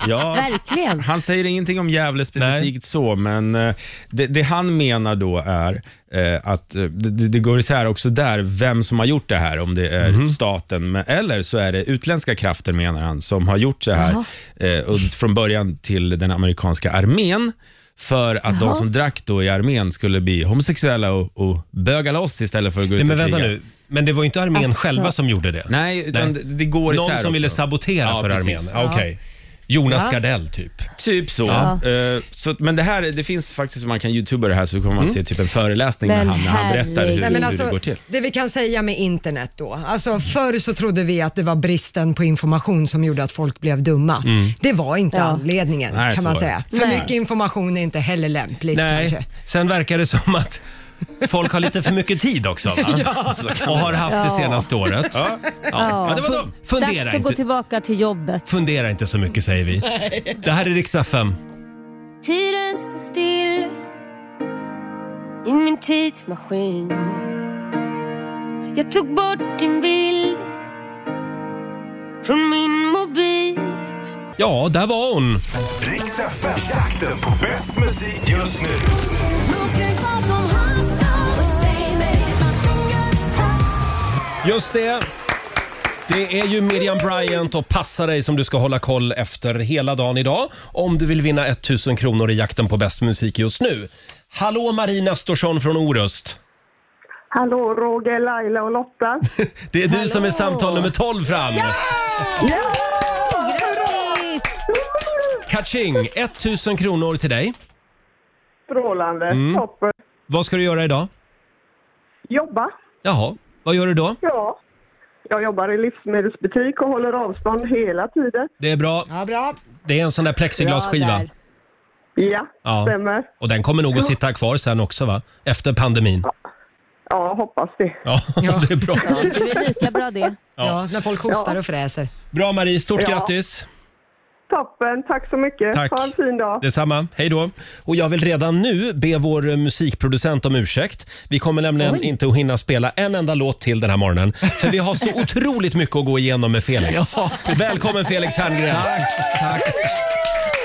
Speaker 7: Ja.
Speaker 8: verkligen.
Speaker 7: Han säger ingenting om Gävle specifikt så, men eh, det, det han menar då är eh, att eh, det, det- det går isär också där vem som har gjort det här, om det är
Speaker 1: Mhm.
Speaker 7: staten men- eller så är det utländska krafter menar han som har gjort så här eh, och från början till den amerikanska armén för att de som drack då i armén skulle bli homosexuella och, och böga loss istället för att gå ut
Speaker 1: Nej, men
Speaker 7: och
Speaker 1: vänta
Speaker 7: kriga.
Speaker 1: nu. Men det var ju inte armén
Speaker 8: Alltså.
Speaker 1: själva som gjorde det.
Speaker 7: Nej, utan
Speaker 1: Nej.
Speaker 7: Det, det går isär
Speaker 1: Någon som
Speaker 7: också.
Speaker 1: ville sabotera
Speaker 7: Ja,
Speaker 1: för armén.
Speaker 7: precis.
Speaker 1: Ja, Okej. Jonas Gardell typ.
Speaker 7: Typ så. Eh, så men det här, det finns faktiskt, man kan youtuba det här så kommer
Speaker 9: Mm.
Speaker 7: man se typ en föreläsning med
Speaker 8: Men
Speaker 7: han när han berättar hur,
Speaker 8: herregud.
Speaker 2: Nej, men
Speaker 7: hur
Speaker 2: alltså,
Speaker 7: det går till.
Speaker 2: Det vi kan säga med internet då. Alltså, förr så trodde vi att det var bristen på information som gjorde att folk blev dumma. Det var inte
Speaker 8: Ja.
Speaker 2: anledningen
Speaker 7: Nej,
Speaker 2: kan man
Speaker 7: så var
Speaker 2: säga.
Speaker 7: det.
Speaker 2: För
Speaker 8: Nej.
Speaker 2: mycket information är inte heller lämpligt
Speaker 1: Nej,
Speaker 2: kanske.
Speaker 1: sen verkar det som att folk har lite för mycket tid också va? Och har haft det
Speaker 8: Ja.
Speaker 1: senaste året. Ja.
Speaker 7: Ja, det var dem.
Speaker 8: Dags
Speaker 1: Fundera,
Speaker 8: att gå
Speaker 1: inte,
Speaker 8: tillbaka till jobbet.
Speaker 1: fundera inte så mycket säger vi. Det här är riksdag 5.
Speaker 10: Tiden står still i min tidsmaskin. Jag tog bort din bild från min mobil.
Speaker 1: Ja, där var hon.
Speaker 3: Riks FM-jakten på bäst musik just nu.
Speaker 1: Just det. Det är ju Miriam Bryant och Passa dig som du ska hålla koll efter hela dagen idag om du vill vinna 1000 kronor i jakten på bäst musik just nu. Hallå Marina Storsson från Orust.
Speaker 11: Hallå Roger, Laila och Lotta.
Speaker 1: Det är du som är samtal nummer 12 fram.
Speaker 8: Grattis!
Speaker 1: Kaching, 1000 kronor till dig.
Speaker 11: Strålande, toppen.
Speaker 1: Vad ska du göra idag?
Speaker 11: Jobba,
Speaker 1: Jaha, vad gör du då?
Speaker 11: ja. Jag jobbar i livsmedelsbutik och håller avstånd hela tiden.
Speaker 1: Det är bra.
Speaker 2: Ja, bra.
Speaker 1: Det är en sån där
Speaker 8: Ja,
Speaker 1: plexiglasskiva.
Speaker 8: där.
Speaker 11: Ja,
Speaker 1: Ja.
Speaker 11: stämmer.
Speaker 1: Och den kommer nog att sitta kvar sen också va? Efter pandemin.
Speaker 11: Ja, hoppas det.
Speaker 1: Ja, det är bra.
Speaker 8: Det är lika bra det.
Speaker 2: Ja. när folk hostar och fräser.
Speaker 1: Bra Marie, stort
Speaker 11: Ja.
Speaker 1: grattis!
Speaker 11: Toppen, tack så mycket.
Speaker 1: Tack.
Speaker 11: Ha en fin dag.
Speaker 1: Detsamma, hej då. Och jag vill redan nu be vår eh, musikproducent om ursäkt. Vi kommer nämligen inte att hinna spela en enda låt till den här morgonen. För vi har så otroligt mycket att gå igenom med Felix. Välkommen Felix Herngren!
Speaker 9: Tack, tack.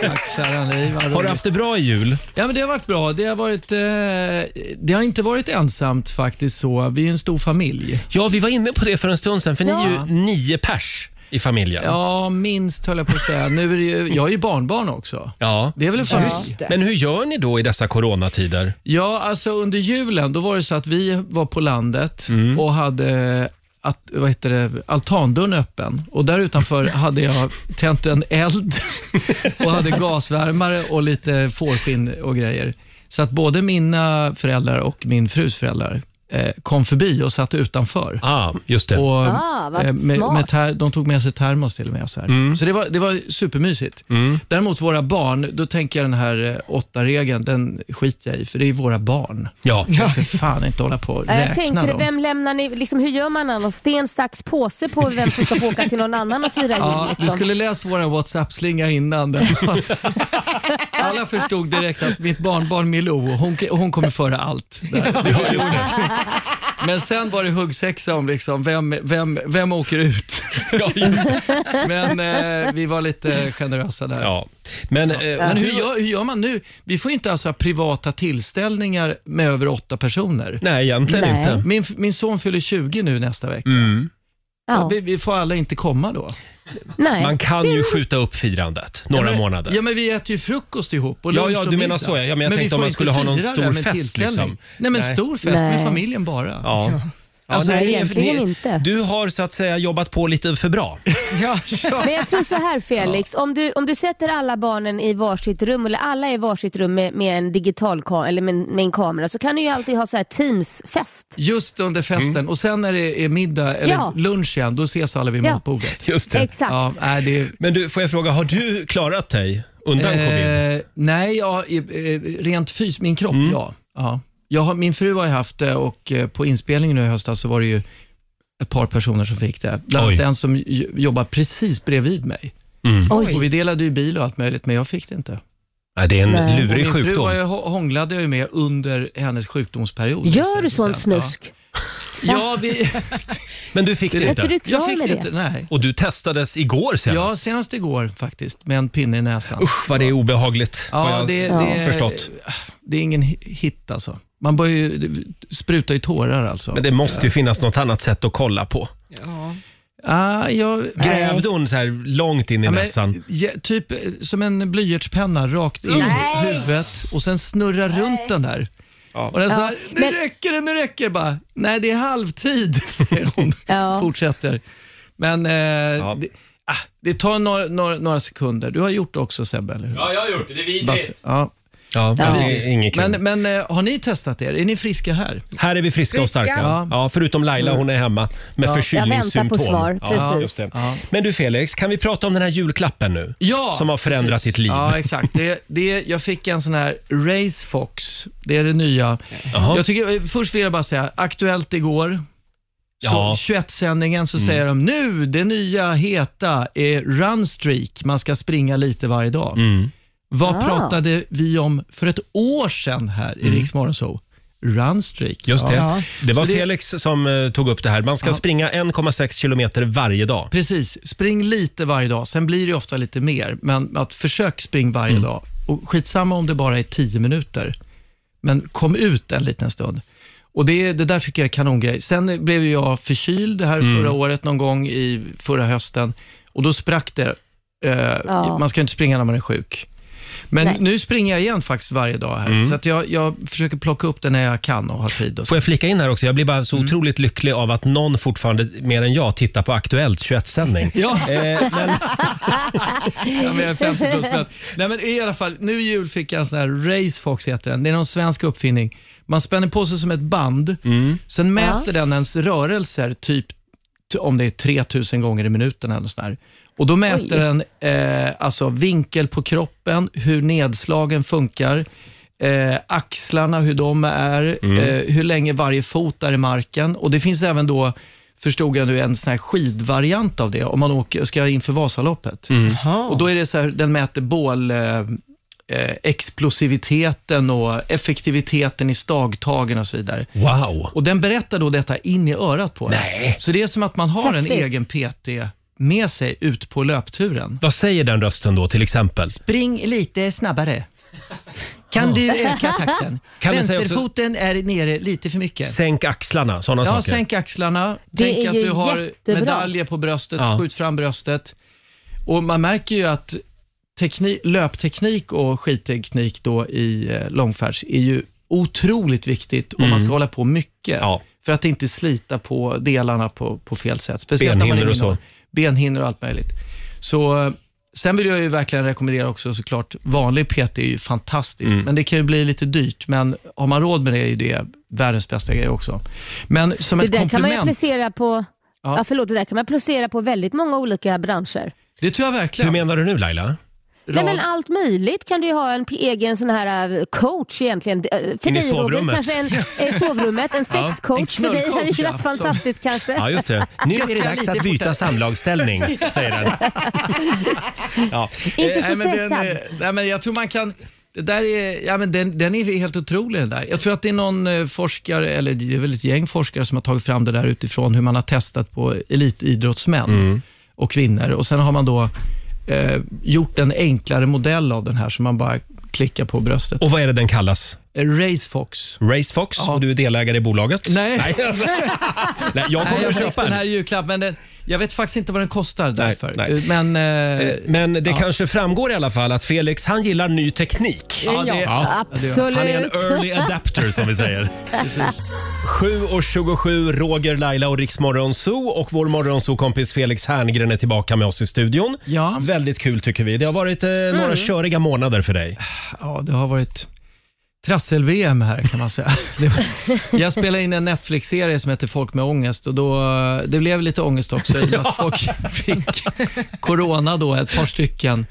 Speaker 9: Tack kära ni. Vad
Speaker 1: Har du
Speaker 9: roligt.
Speaker 1: haft det bra i jul?
Speaker 9: Ja, men det har varit bra. Det har, varit, eh, det har inte varit ensamt faktiskt så. Vi är en stor familj.
Speaker 1: Ja, vi var inne på det för en stund sedan, för ni är ju nio pers i familjen.
Speaker 9: Ja, minst höll jag på att säga. Nu är det ju, jag är ju barnbarn också.
Speaker 1: Ja.
Speaker 9: Det är väl en familj?
Speaker 1: Men hur gör ni då i dessa coronatider?
Speaker 9: Ja, alltså under julen då var det så att vi var på landet
Speaker 7: Mm.
Speaker 9: och hade eh, att, vad heter det, altandörren öppen och där utanför hade jag tänt en eld och hade gasvärmare och lite fårskinn och grejer. Så att både mina föräldrar och min frus föräldrar eh, kom förbi och satt utanför.
Speaker 1: Ah, just det.
Speaker 9: Och,
Speaker 8: Ah, vad
Speaker 9: eh, med,
Speaker 8: smart.
Speaker 9: med ter, de tog med sig termos till och med. Så, här. så det, var, det var supermysigt. Däremot våra barn, då tänker jag den här eh, åtta-regeln, den skiter jag i, för det är våra barn.
Speaker 1: Ja.
Speaker 9: Jag kan för fan inte hålla på och
Speaker 8: Ja, Jag
Speaker 9: räkna
Speaker 8: tänkte det,
Speaker 9: dem.
Speaker 8: vem lämnar ni, liksom, hur gör man annars? Sten, sax, påse på vem som ska få åka till någon annan och fira jul.
Speaker 9: Ja, du
Speaker 8: Liksom.
Speaker 9: skulle läst våra WhatsApp-slinga innan. Den var- Alla förstod direkt att mitt barnbarn Milou, hon, hon kommer före allt. Där. Det var, det var, men sen var det huggsexa om liksom, vem, vem, vem åker ut. Men eh, vi var lite generösa där.
Speaker 1: Ja. Men, eh,
Speaker 9: Men hur
Speaker 1: du-
Speaker 9: gör, hur gör man nu? Vi får ju inte alltså ha privata tillställningar med över åtta personer.
Speaker 1: Nej, egentligen
Speaker 8: Nej.
Speaker 1: inte.
Speaker 9: Min, min son fyller 20 nu nästa vecka.
Speaker 8: Ja.
Speaker 9: Vi, vi får alla inte komma då.
Speaker 8: Nej.
Speaker 1: Man kan ju skjuta upp firandet några
Speaker 9: ja, men,
Speaker 1: månader.
Speaker 9: Ja, men vi äter ju frukost ihop och
Speaker 1: Ja,
Speaker 9: lunch
Speaker 1: ja,
Speaker 9: och
Speaker 1: du menar
Speaker 9: middag.
Speaker 1: så, ja. Ja, men jag tänkte
Speaker 9: vi
Speaker 1: om
Speaker 9: får
Speaker 1: man
Speaker 9: inte
Speaker 1: skulle ha någon
Speaker 9: fira det
Speaker 1: stor
Speaker 9: med en
Speaker 1: fest,
Speaker 9: tillställning.
Speaker 1: liksom.
Speaker 9: Nej, men
Speaker 1: Nej.
Speaker 9: stor fest med
Speaker 8: Nej.
Speaker 9: familjen bara.
Speaker 1: Ja. Alltså,
Speaker 8: nej,
Speaker 1: ni är-
Speaker 8: egentligen
Speaker 1: ni-
Speaker 8: inte.
Speaker 1: Du har så att säga jobbat på lite för bra.
Speaker 8: Men jag tror så här Felix, om, du, om du sätter alla barnen i varsitt rum, eller alla i varsitt rum med, med en digital ka- eller med, en- med en kamera, så kan du ju alltid ha så här Teams-fest.
Speaker 9: Just under festen och sen när det är middag eller
Speaker 8: Ja.
Speaker 9: lunch igen, då ses alla vid
Speaker 8: Ja.
Speaker 9: matbordet.
Speaker 1: Just det.
Speaker 8: Exakt.
Speaker 9: Ja, nej, det
Speaker 1: Men du, får jag fråga, har du klarat dig undan covid? Mm.
Speaker 9: Eh, nej, ja, i- eh, rent fys, min kropp, ja. ja. Jag har, min fru har ju haft det och eh, på inspelningen nu i höstas så var det ju ett par personer som fick det. Bland
Speaker 1: Oj.
Speaker 9: annat den som j- jobbar precis bredvid mig.
Speaker 8: Oj.
Speaker 9: Och vi delade ju bil och allt möjligt, men jag fick det inte.
Speaker 1: Nej, det är en
Speaker 8: Nej.
Speaker 1: lurig
Speaker 9: Min fru
Speaker 1: sjukdom.
Speaker 9: var jag, hånglade jag ju med under hennes sjukdomsperiod.
Speaker 8: Gör
Speaker 9: visade
Speaker 8: du
Speaker 9: det sig
Speaker 8: sån
Speaker 9: sen.
Speaker 8: snusk?
Speaker 9: Ja, ja vi,
Speaker 1: Men du fick det
Speaker 9: Det är
Speaker 8: Är inte
Speaker 1: inte.
Speaker 8: du
Speaker 9: jag
Speaker 8: klar
Speaker 9: fick
Speaker 8: med
Speaker 9: det
Speaker 8: det?
Speaker 9: inte. Nej.
Speaker 1: Och du testades igår
Speaker 9: Ja,
Speaker 1: senast.
Speaker 9: senast igår faktiskt, med en pinne i näsan.
Speaker 1: Usch vad det är obehagligt. har
Speaker 9: Ja,
Speaker 1: jag
Speaker 9: det,
Speaker 8: Ja.
Speaker 9: det,
Speaker 1: förstått.
Speaker 9: det är ingen hi- hit alltså. Man börjar ju det sprutar ju tårar alltså.
Speaker 1: Men det måste ju finnas något annat sätt att kolla på.
Speaker 9: ah, jag,
Speaker 1: Grävde hon så här långt in i
Speaker 9: Ja, men,
Speaker 1: näsan?
Speaker 9: ja, typ eh, som en blyertspenna rakt in i huvudet och sen snurra runt den där. Och den så här, nu
Speaker 8: men-
Speaker 9: räcker Alltså, det, nu räcker det bara. Nej, det är halvtid, säger hon.
Speaker 8: Ja.
Speaker 9: Fortsätter. Men eh, det, ah, det tar några, några, några sekunder. Du har gjort det också Sebbe, eller hur?
Speaker 7: Ja, jag har gjort det. Det är
Speaker 9: Basse. Ja.
Speaker 1: Ja, men det är inget kul.
Speaker 9: Men, men eh, har ni testat er? Är ni friska här?
Speaker 1: Här är vi friska och starka. Ja.
Speaker 9: Ja.
Speaker 1: förutom Laila, hon är hemma med förkylningssymptom.
Speaker 8: Jag väntar på svar,
Speaker 1: Ja,
Speaker 8: precis.
Speaker 1: just det. Men du Felix, kan vi prata om den här julklappen nu?
Speaker 9: Ja,
Speaker 1: Som har förändrat
Speaker 9: precis.
Speaker 1: ditt liv.
Speaker 9: Ja, exakt. Det, det, jag fick en sån här Race Fox. Det är det nya.
Speaker 1: Jaha.
Speaker 9: Jag tycker, eh, först vill jag bara säga, Aktuellt igår,
Speaker 1: Ja.
Speaker 9: så 21-sändningen, så säger de nu, det nya heta är runstreak. Man ska springa lite varje dag. Vad
Speaker 8: Ah.
Speaker 9: pratade vi om för ett år sedan här i Rix Morgonzoo? Runstreak.
Speaker 1: Just det.
Speaker 8: Ja.
Speaker 1: Det var
Speaker 9: Så det-
Speaker 1: Felix som eh, tog upp det här. Man ska
Speaker 9: Ja.
Speaker 1: springa 1,6 kilometer varje dag.
Speaker 9: Precis, spring lite varje dag. Sen blir det ju ofta lite mer, men att försök spring varje dag. Och skitsamma om det bara är 10 minuter, men kom ut en liten stund. Och det, det där tycker jag är kanongrej. Sen blev ju jag förkyld här förra året någon gång i förra hösten och då sprack det. Eh,
Speaker 8: Ja.
Speaker 9: Man ska ju inte springa när man är sjuk. Men
Speaker 8: Nej.
Speaker 9: nu springer jag igen faktiskt varje dag här, så att jag, jag försöker plocka upp det när jag kan och har tid. Och så.
Speaker 1: Får jag flika in här också? Jag blir bara så
Speaker 9: Mm.
Speaker 1: otroligt lycklig av att någon fortfarande mer än jag tittar på Aktuellt 21-sändning.
Speaker 9: Ja. ja, men jag är 50 plus men. Nej, men i alla fall, nu i jul fick jag en sån här Racefox heter den. Det är någon svensk uppfinning. Man spänner på sig som ett band, sen mäter den ens rörelser typ t- om det är 3000 gånger i minuten eller något sånt där. Och då mäter den eh, alltså vinkel på kroppen, hur nedslagen funkar, eh, axlarna, hur de är, eh, hur länge varje fot är i marken. Och det finns även då, förstod jag nu, en sån här skidvariant av det, om man åker, ska inför Vasaloppet. Och då är det så här, den mäter bål... Eh, eh, explosiviteten och effektiviteten i stagtagen och så vidare.
Speaker 1: Wow!
Speaker 9: Och den berättar då detta in i örat på en.
Speaker 1: Nej.
Speaker 9: Så det är som att man har
Speaker 8: Häftigt.
Speaker 9: en egen PT med sig ut på löpturen.
Speaker 1: Vad säger den rösten då till exempel?
Speaker 9: Spring lite snabbare. Kan du öka takten?
Speaker 1: Kan man säga också-
Speaker 9: Vänsterfoten är nere lite för mycket.
Speaker 1: Sänk axlarna, sådana
Speaker 9: Ja,
Speaker 1: saker.
Speaker 9: sänk axlarna.
Speaker 8: Det
Speaker 9: Tänk
Speaker 8: är
Speaker 9: att
Speaker 8: ju
Speaker 9: du har
Speaker 8: jättebra.
Speaker 9: medaljer på bröstet,
Speaker 1: Ja.
Speaker 9: skjut fram bröstet. Och man märker ju att tekni- löpteknik och skidteknik då i eh, långfärds är ju otroligt viktigt om man ska hålla på mycket.
Speaker 1: Ja.
Speaker 9: För att inte slita på delarna på, på fel sätt. Speciellt när man är
Speaker 1: Benhinnor och
Speaker 9: inne
Speaker 1: så.
Speaker 9: Benhinnor och allt möjligt. Så, eh, sen vill jag ju verkligen rekommendera också såklart, vanlig PT är ju fantastiskt, men det kan ju bli lite dyrt. Men har man råd med det är ju det världens bästa grej också. Men som
Speaker 8: det
Speaker 9: ett
Speaker 8: där kan man ju
Speaker 9: komplement.
Speaker 8: applicera på,
Speaker 9: Ja.
Speaker 8: ja. förlåt, det där kan man applicera på väldigt många olika branscher.
Speaker 9: Det tror jag verkligen.
Speaker 1: Hur menar du nu Laila?
Speaker 8: Nej, men allt möjligt kan du ju ha en p- egen sån här eh, coach egentligen. D- eh, För
Speaker 1: In i
Speaker 8: dig Robert
Speaker 1: sovrummet.
Speaker 8: kanske en, eh, sovrummet, en
Speaker 1: Ja.
Speaker 8: sexcoach.
Speaker 1: En
Speaker 8: för dig hade
Speaker 1: knullcoach,
Speaker 8: ju
Speaker 1: ja,
Speaker 8: varit fantastiskt kanske.
Speaker 1: Ja, just det. Nu är det dags att byta samlagsställning, säger den. Ja.
Speaker 9: Eh, nej, men den, eh, nej, men jag tror man kan... Det där är, ja, men den, den är helt otrolig. Den där. Jag tror att det är någon eh, forskare, eller det är väl ett gäng forskare som har tagit fram det där utifrån hur man har testat på elitidrottsmän och kvinnor. Och Sen har man då eh, gjort en enklare modell av den här som man bara klickar på bröstet.
Speaker 1: Och vad är det den kallas?
Speaker 9: Race Fox.
Speaker 1: Race Fox och du är delägare i bolaget?
Speaker 9: Nej.
Speaker 1: Nej, jag kommer att
Speaker 9: Nej, fick
Speaker 1: köpa
Speaker 9: den
Speaker 1: en.
Speaker 9: här i julklapp, men den, jag vet faktiskt inte vad den kostar därför.
Speaker 1: nej.
Speaker 9: Eh, Men, eh,
Speaker 1: Eh, Men det
Speaker 9: ja.
Speaker 1: kanske framgår i alla fall att Felix, han gillar ny teknik.
Speaker 9: Ja, det-
Speaker 8: absolut.
Speaker 1: Han är en early adapter som vi säger. 7.27, Roger, Laila och Riks Morgonzoo och vår Morgonzoo-kompis Felix Herngren är tillbaka med oss i studion.
Speaker 9: Ja. Mm.
Speaker 1: Väldigt kul tycker vi. Det har varit eh, några köriga månader för dig.
Speaker 9: Ja, det har varit trassel-VM här kan man säga. Det var, jag spelade in en Netflix-serie som heter Folk med ångest och då, det blev lite ångest också i och med att folk fick corona då, ett par stycken.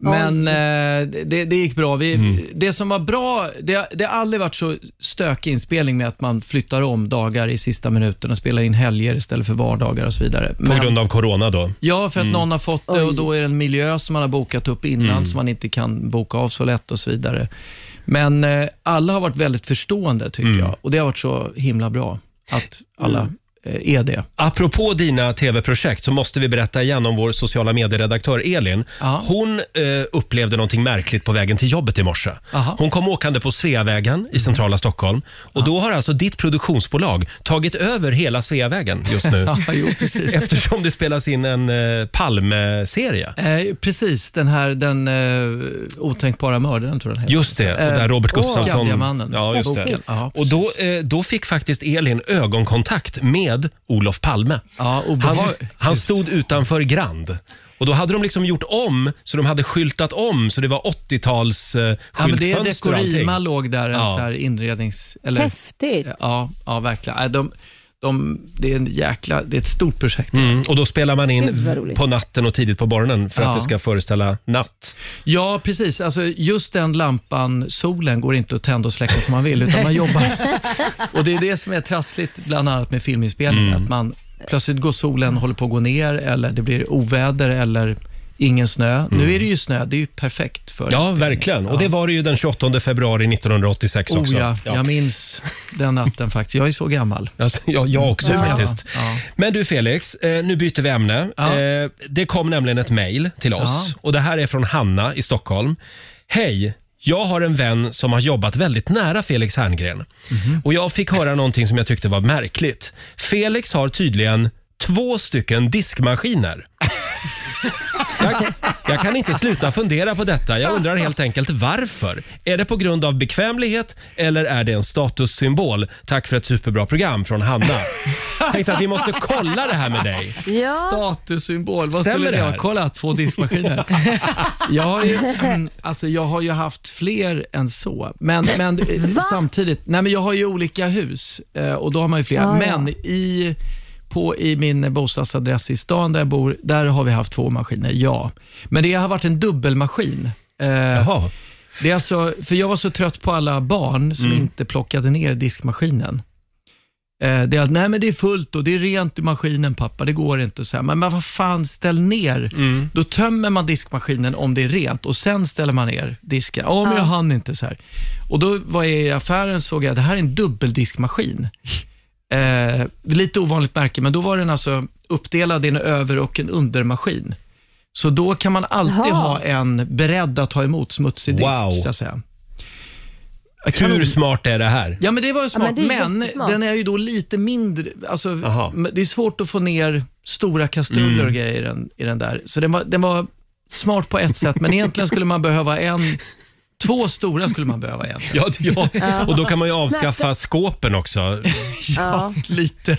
Speaker 9: Men eh, det, det gick bra. Vi,
Speaker 1: Mm.
Speaker 9: Det som var bra, det, det har aldrig varit så stökig inspelning med att man flyttar om dagar i sista minuten och spelar in helger istället för vardagar och så vidare.
Speaker 1: På
Speaker 9: Men-
Speaker 1: grund Mm. av corona då.
Speaker 9: Ja, för att någon har fått det och
Speaker 8: Oj.
Speaker 9: då är det en miljö som man har bokat upp innan som man inte kan boka av så lätt och så vidare. Men eh, alla har varit väldigt förstående tycker
Speaker 1: Mm.
Speaker 9: jag och det har varit så himla bra att alla eh, är det.
Speaker 1: Apropå dina tv-projekt så måste vi berätta igen om vår sociala medieredaktör Elin.
Speaker 9: Ja.
Speaker 1: Hon eh, upplevde någonting märkligt på vägen till jobbet i morse.
Speaker 9: Aha.
Speaker 1: Hon kom åkande på Sveavägen i centrala Stockholm och då har alltså ditt produktionsbolag tagit över hela Sveavägen just nu.
Speaker 9: Ja, jo, precis.
Speaker 1: Eftersom det spelas in en eh, Palme-serie.
Speaker 9: Eh, precis, den här den eh, otänkbara mördaren tror jag den heter.
Speaker 1: Just det, och där Robert
Speaker 9: åh,
Speaker 1: Gustafsson...
Speaker 9: Gamla mannen.
Speaker 1: ja, just det.
Speaker 9: Eh, Boken. Ja,
Speaker 1: Och då, eh, då fick faktiskt Elin ögonkontakt med Olof Palme.
Speaker 9: Ja,
Speaker 1: Han,
Speaker 9: obehag-
Speaker 1: han stod utanför Grand. Och då hade de liksom gjort om, så de hade skyltat om, så det var 80-tals eh,
Speaker 9: Ja, men det är
Speaker 1: skyltfönster och allting.
Speaker 9: Dekorima låg där, en
Speaker 1: Ja.
Speaker 9: så här inrednings... Eller,
Speaker 8: Häftigt.
Speaker 9: ja, ja, verkligen. Nej, De, de, det är en jäkla, det är ett stort projekt.
Speaker 1: Mm, och då spelar man
Speaker 8: Gud,
Speaker 1: in
Speaker 8: vad roligt.
Speaker 1: på natten och tidigt på morgonen för att
Speaker 9: Ja.
Speaker 1: det ska föreställa natt.
Speaker 9: Ja, precis. Alltså, just den lampan, solen, går inte att tända och släcka som man vill, utan man jobbar. Och Det är det som är trassligt, bland annat med filminspelning, att man plötsligt går solen, håller på att gå ner, eller det blir oväder, eller ingen snö. Nu är det ju snö, det är ju perfekt för
Speaker 1: Ja,
Speaker 9: inspelning.
Speaker 1: verkligen. Och det var det ju den 28 februari 1986 också.
Speaker 9: Oh ja,
Speaker 1: Ja.
Speaker 9: jag minns den natten faktiskt. Jag är så gammal.
Speaker 1: Alltså, jag, jag också
Speaker 9: Ja.
Speaker 1: faktiskt.
Speaker 9: Ja.
Speaker 1: Men du Felix, eh, nu byter vi ämne.
Speaker 9: Ja.
Speaker 1: Eh, det kom nämligen ett mejl till oss
Speaker 9: Ja.
Speaker 1: och det här är från Hanna i Stockholm. Hej! Jag har en vän som har jobbat väldigt nära Felix Herngren
Speaker 9: Mhm.
Speaker 1: och jag fick höra någonting som jag tyckte var märkligt. Felix har tydligen två stycken diskmaskiner. Jag, jag kan inte sluta fundera på detta. Jag undrar helt enkelt varför. Är det på grund av bekvämlighet eller är det en statussymbol? Tack för ett superbra program från Hanna. Tänkte att vi måste kolla det här med dig.
Speaker 8: Ja,
Speaker 9: Statussymbol, vad
Speaker 1: Stämmer
Speaker 9: skulle
Speaker 1: det
Speaker 9: det
Speaker 1: här?
Speaker 9: ha? Kolla, två diskmaskiner. jag, har ju, alltså, jag har ju haft fler än så, men, men eh, samtidigt, nej, men jag har ju olika hus eh, och då har man ju flera.
Speaker 8: Ja, ja.
Speaker 9: men i, på, i min eh, bostadsadress i stan där jag bor, där har vi haft två maskiner, ja. Men det har varit en dubbelmaskin. Eh,
Speaker 1: Jaha.
Speaker 9: det är alltså, för jag var så trött på alla barn som inte plockade ner diskmaskinen. Eh, det är att, nej men det är fullt och det är rent i maskinen pappa, det går inte. Och Så här, men, men vad fan, ställ ner. Då tömmer man diskmaskinen om det är rent och sen ställer man ner disken. Ja, men jag hann inte så här. Och då var jag i affären såg jag, det här är en dubbeldiskmaskin. Eh, lite ovanligt märke, men då var den alltså uppdelad i en över och en undermaskin. Så då kan man alltid
Speaker 8: Jaha.
Speaker 9: ha en beredd att ta emot smutsig disk.
Speaker 1: Wow.
Speaker 9: Så att säga.
Speaker 1: Hur smart är det här?
Speaker 9: Ja, men det var ju smart,
Speaker 8: men det är
Speaker 9: men,
Speaker 8: jättesmart.
Speaker 9: den är ju då lite mindre. Alltså,
Speaker 1: Aha.
Speaker 9: m- det är svårt att få ner stora kastruller och grejer i den, i den där. Så den var, den var smart på ett sätt, men egentligen skulle man behöva en, två stora skulle man behöva egentligen.
Speaker 1: Ja, ja. Och då kan man ju avskaffa skåpen också.
Speaker 8: ja.
Speaker 9: Lite.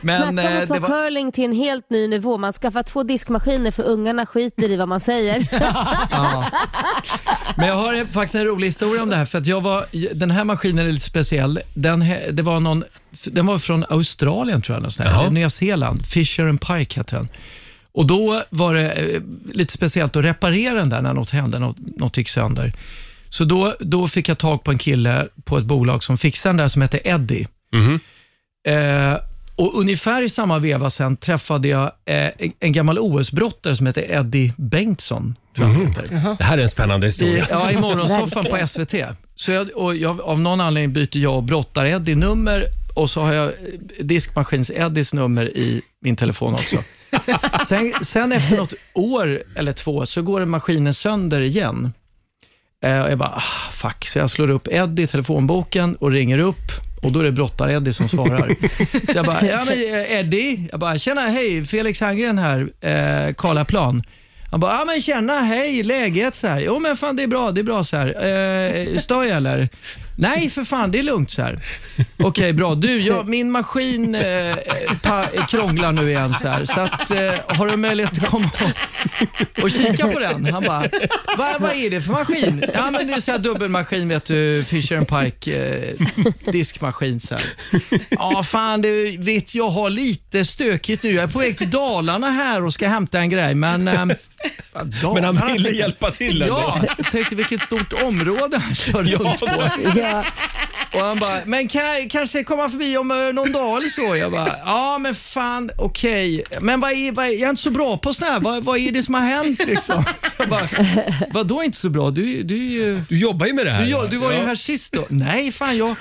Speaker 9: Men
Speaker 8: Snacka om
Speaker 9: eh,
Speaker 8: att
Speaker 9: det
Speaker 8: ta
Speaker 9: var...
Speaker 8: curling till en helt ny nivå. Man skaffar två diskmaskiner för ungarna skiter i vad man säger.
Speaker 9: Ja. Men jag har en- faktiskt en rolig historia om det här. För att jag var, den här maskinen är lite speciell. Den, he- det var någon, den var från Australien, tror jag, eller sånt där. Eller Nya Zeeland. Fisher and Pike hette den. Och Då var det eh, lite speciellt att reparera den där när något hände, något, något gick sönder. Så då, då fick jag tag på en kille på ett bolag som fixade den där som hette Eddie. Eh, och ungefär i samma veva sen träffade jag eh, en- en gammal OS-brottare som heter Eddie Bengtsson. Tror jag han heter.
Speaker 1: Det här är en spännande
Speaker 9: I,
Speaker 1: historia.
Speaker 9: ja, i morgonsoffan på SVT. Så jag, och jag, av någon anledning byter jag och brottar-Eddie nummer och så har jag eh, diskmaskins-Eddies nummer i min telefon också. Sen, sen efter något år eller två så går maskinen sönder igen. Eh, och jag bara, ah, fuck. Så jag slår upp Eddie i telefonboken och ringer upp och då är det brottar-Eddie som svarar. Så jag bara, ja men eh, Eddie. Jag bara, tjena hej, Felix Herngren här, eh, Karlaplan. Han bara, ja men tjena, hej, läget? Så här. Jo men fan det är bra, det är bra så här. Eh, stör jag eller? Nej för fan, det är lugnt så här. Okej bra, du, jag, min maskin eh, pa, krånglar nu igen så här. Så att, eh, har du möjlighet att komma och, och kika på den? Han bara, Va, vad är det för maskin? Ja men det är så här dubbelmaskin vet du, Fisher and Pike eh, diskmaskin så här. Ja fan, det vet jag har lite stökigt nu. Jag är på väg till Dalarna här och ska hämta en grej men ehm, vad
Speaker 1: Men han
Speaker 9: Dalarna,
Speaker 1: ville
Speaker 9: tänkte-
Speaker 1: hjälpa till ändå.
Speaker 9: Ja, jag tänkte vilket stort område han kör
Speaker 1: Ja.
Speaker 9: runt på. Och han bara, men kan jag kanske komma förbi om eh, någon dag eller så? Jag bara, ja men fan okej. Men vad är, vad är, jag är inte så bra på sånt här. Vad, vad är det som har hänt liksom? Jag bara, vadå inte så bra? Du, du är ju...
Speaker 1: Du jobbar ju med det här.
Speaker 9: Du, ja, du var ju
Speaker 1: Ja.
Speaker 9: här sist då. Nej, fan jag...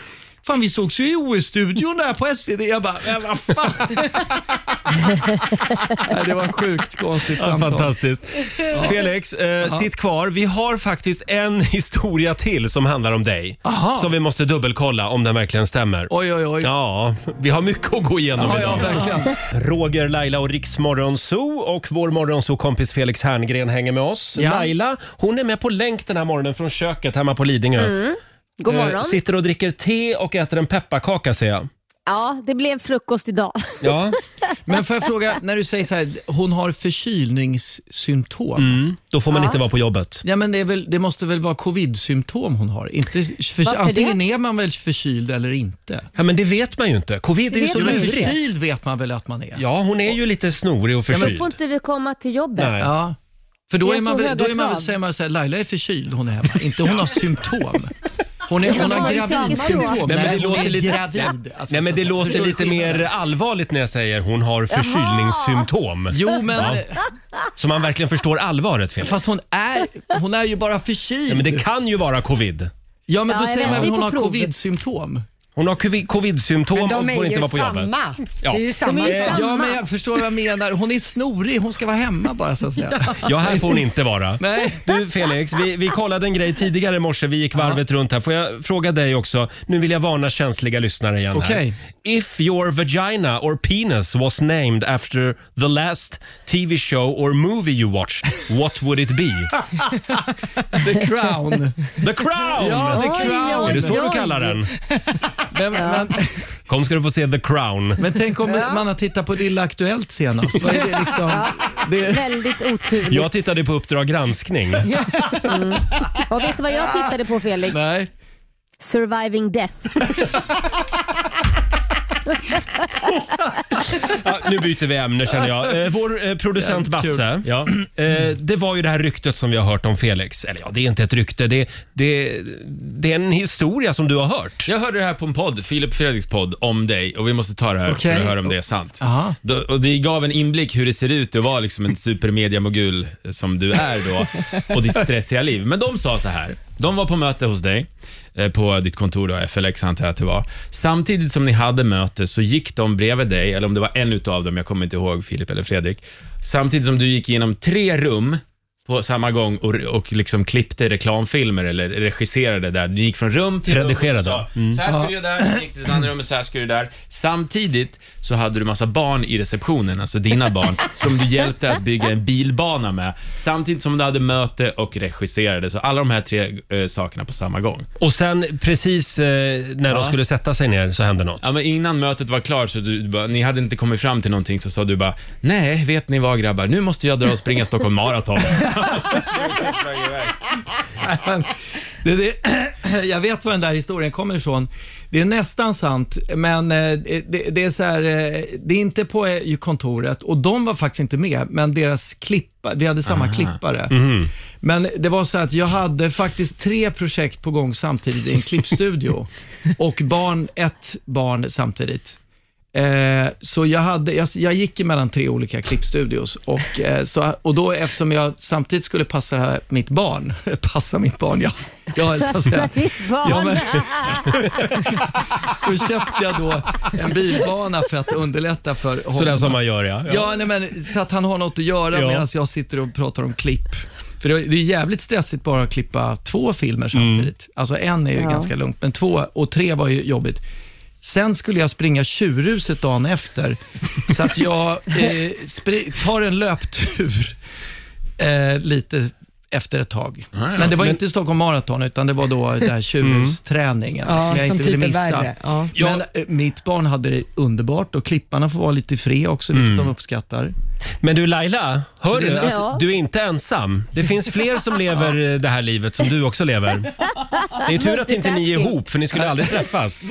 Speaker 9: Fan vi sågs ju i OS-studion där på SVT. Jag bara, men vad fan. Nej, det var sjukt konstigt
Speaker 1: Ja,
Speaker 9: samtal.
Speaker 1: fantastiskt. Felix, eh, sitt kvar. Vi har faktiskt en historia till som handlar om dig.
Speaker 9: Aha.
Speaker 1: Som vi måste dubbelkolla om den verkligen stämmer.
Speaker 9: Oj, oj, oj.
Speaker 1: Ja, vi har mycket att gå igenom
Speaker 9: Ja, ja,
Speaker 1: idag.
Speaker 9: verkligen.
Speaker 1: Roger, Laila och Riksmorgonzoo och vår morgonzoo-kompis Felix Herngren hänger med oss.
Speaker 9: Ja.
Speaker 1: Laila, hon är med på länk den här morgonen från köket hemma på Lidingö.
Speaker 8: Mm, God
Speaker 1: Eh,
Speaker 8: morgon.
Speaker 1: sitter och dricker te och äter en pepparkaka ser jag.
Speaker 8: Ja, det blev frukost idag.
Speaker 1: Ja,
Speaker 9: Men får jag fråga, när du säger så här, hon har förkylningssymptom.
Speaker 1: mm. då får man inte vara på jobbet.
Speaker 9: Ja, men det, är väl, det måste väl vara covid-symptom hon har? Inte, för,
Speaker 8: Varför
Speaker 9: antingen är man väl förkyld eller inte.
Speaker 1: Ja, men det vet man ju inte. Covid är ju
Speaker 8: Det
Speaker 1: så
Speaker 9: Jo,
Speaker 8: vet man
Speaker 9: men
Speaker 8: inte.
Speaker 1: lurigt.
Speaker 9: förkyld vet man väl att man är?
Speaker 1: Ja, hon är ju lite snorig och
Speaker 8: Men
Speaker 1: förkyld.
Speaker 8: får inte vi komma till jobbet?
Speaker 1: Nej.
Speaker 9: Ja. För då
Speaker 8: Det är
Speaker 9: är man
Speaker 8: så
Speaker 9: väl, då
Speaker 8: höga
Speaker 9: är man väl,
Speaker 8: krav.
Speaker 9: säger man så här, Laila är förkyld, hon är hemma. Inte hon har symptom. Hon, är, hon
Speaker 8: Ja,
Speaker 9: har
Speaker 8: det är samma
Speaker 9: gravidsymptom.
Speaker 8: sak.
Speaker 1: Nej, men det
Speaker 9: Nej, hon
Speaker 1: låter
Speaker 9: är
Speaker 1: lite-
Speaker 9: gravid. Alltså,
Speaker 1: Nej men
Speaker 9: så
Speaker 1: det
Speaker 9: att-
Speaker 1: låter
Speaker 9: Förstår du
Speaker 1: lite
Speaker 9: skillnaden?
Speaker 1: mer allvarligt när jag säger hon har förkylningssymptom.
Speaker 9: Jo, men
Speaker 1: Så man verkligen förstår allvaret Felix.
Speaker 9: fast hon är, hon är ju bara förkyld.
Speaker 1: Ja, men det kan ju vara covid.
Speaker 9: Ja, men då
Speaker 8: Ja, jag
Speaker 9: säger
Speaker 8: vet,
Speaker 9: man
Speaker 8: det
Speaker 9: väl
Speaker 8: är
Speaker 9: hon
Speaker 8: på
Speaker 9: har
Speaker 8: prov.
Speaker 9: covid-symptom.
Speaker 1: Hon har covid- covid-symptom
Speaker 2: Men
Speaker 1: och
Speaker 2: de
Speaker 1: får
Speaker 2: är
Speaker 1: inte
Speaker 2: ju
Speaker 1: vara på jobbet.
Speaker 2: samma.
Speaker 1: Ja.
Speaker 2: Det är ju samma.
Speaker 8: är ju
Speaker 2: sak.
Speaker 8: samma.
Speaker 9: Ja, men jag förstår vad jag menar. Hon är snorig, hon ska vara hemma bara så att säga.
Speaker 1: Ja, här får hon inte vara.
Speaker 9: Nej.
Speaker 1: Du Felix, vi, vi kollade en grej tidigare i morse. Vi gick varvet runt här. Får jag fråga dig också? Nu vill jag varna känsliga lyssnare igen. Här.
Speaker 9: Okej.
Speaker 1: If your vagina or penis was named after the last TV show or movie you watched, what would it be?
Speaker 9: The crown.
Speaker 1: The Crown!
Speaker 9: Ja, The Crown.
Speaker 1: Är det så du kallar den?
Speaker 9: Men, men,
Speaker 1: Kom ska du få se The Crown.
Speaker 9: men tänk om man har tittat på Lilla Aktuellt senast. Vad är det liksom? Det,
Speaker 8: Väldigt oturligt.
Speaker 1: Jag tittade på Uppdrag granskning.
Speaker 8: Och vet du vad jag tittade på Felix?
Speaker 9: nej.
Speaker 8: Surviving Death.
Speaker 1: Ja, nu byter vi ämne känner jag. Eh, Vår eh, producent Basse.
Speaker 7: Ja.
Speaker 1: Eh, det var ju det här ryktet som vi har hört om Felix. Eller ja, det är inte ett rykte. Det, det, det är en historia som du har hört.
Speaker 7: Jag hörde det här på en podd, Filip Fredriks podd, om dig och vi måste ta det här
Speaker 9: Okej.
Speaker 7: för att höra om det är sant.
Speaker 9: Aha.
Speaker 7: Då, och det gav en inblick hur det ser ut att vara liksom en supermediamogul eh, som du är då och ditt stressiga liv. Men de sa så här, de var på möte hos dig eh, på ditt kontor då, FLX antar jag att det var. Samtidigt som ni hade möte så gick de bredvid dig, eller om det var en utav dem, jag kommer inte ihåg Filip eller Fredrik. Samtidigt som du gick igenom tre rum på samma gång och, och liksom klippte reklamfilmer eller regisserade där. Du gick från rum till
Speaker 1: Redigerade.
Speaker 7: rum och sa,
Speaker 1: Mm.
Speaker 7: så här ska
Speaker 1: Ja.
Speaker 7: du göra där, sen gick du till ett annat rum och så här ska du där. Samtidigt så hade du massa barn i receptionen, alltså dina barn, som du hjälpte att bygga en bilbana med. Samtidigt som du hade möte och regisserade. Så alla de här tre eh, sakerna på samma gång.
Speaker 1: Och sen precis eh, när
Speaker 7: Ja.
Speaker 1: de skulle sätta sig ner så hände något.
Speaker 7: Ja, men innan mötet var klart, så du, du bara, ni hade inte kommit fram till någonting, så sa du bara Nej, vet ni vad grabbar, nu måste jag dra och springa Stockholm Marathon.
Speaker 9: det, det, jag vet var den där historien kommer ifrån. Det är nästan sant, men eh, det, det är så här, eh, det är inte på eh, kontoret och de var faktiskt inte med, men deras klippa, vi hade samma
Speaker 12: Aha.
Speaker 9: klippare.
Speaker 12: Mhm.
Speaker 9: Men det var så att jag hade faktiskt tre projekt på gång samtidigt i en klippstudio och barn, ett barn samtidigt. Eh, så jag, hade, jag, jag gick emellan tre olika klippstudios och, eh, så, och då eftersom jag samtidigt skulle passa det här, mitt barn, passa mitt barn, ja. ja så att säga.
Speaker 8: Passa mitt barn.
Speaker 9: Ja, men, så köpte jag då en bilbana för att underlätta för honom.
Speaker 1: Sådär som man gör, ja.
Speaker 9: Ja, nej, men, så att han har något att
Speaker 1: Ja.
Speaker 9: göra
Speaker 7: alltså-
Speaker 9: medan jag sitter och pratar om klipp. För det det är jävligt stressigt bara att klippa två filmer
Speaker 1: Mm.
Speaker 9: samtidigt. Alltså en är ju
Speaker 12: Ja.
Speaker 9: ganska lugnt, men två och tre var ju jobbigt. Sen skulle jag springa Tjurhuset dagen efter, så att jag eh, spri- tar en löptur eh, lite efter ett tag.
Speaker 12: ja.
Speaker 9: Men det var
Speaker 12: Men-
Speaker 9: inte Stockholm Marathon, utan det var då det här tjurhusträningen
Speaker 12: Mm. Ja,
Speaker 9: som jag
Speaker 12: som
Speaker 9: inte ville
Speaker 12: typ är
Speaker 9: missa.
Speaker 12: värre. Ja.
Speaker 9: Men eh, mitt barn hade det underbart och klipparna får vara lite fria också, vilket de uppskattar.
Speaker 1: Men du Laila,
Speaker 9: Så
Speaker 1: hör
Speaker 9: det-
Speaker 1: du att
Speaker 9: Ja.
Speaker 1: du är inte ensam? Det finns fler som lever eh, det här livet som du också lever. Det är tur att inte ni är ihop för ni skulle aldrig träffas.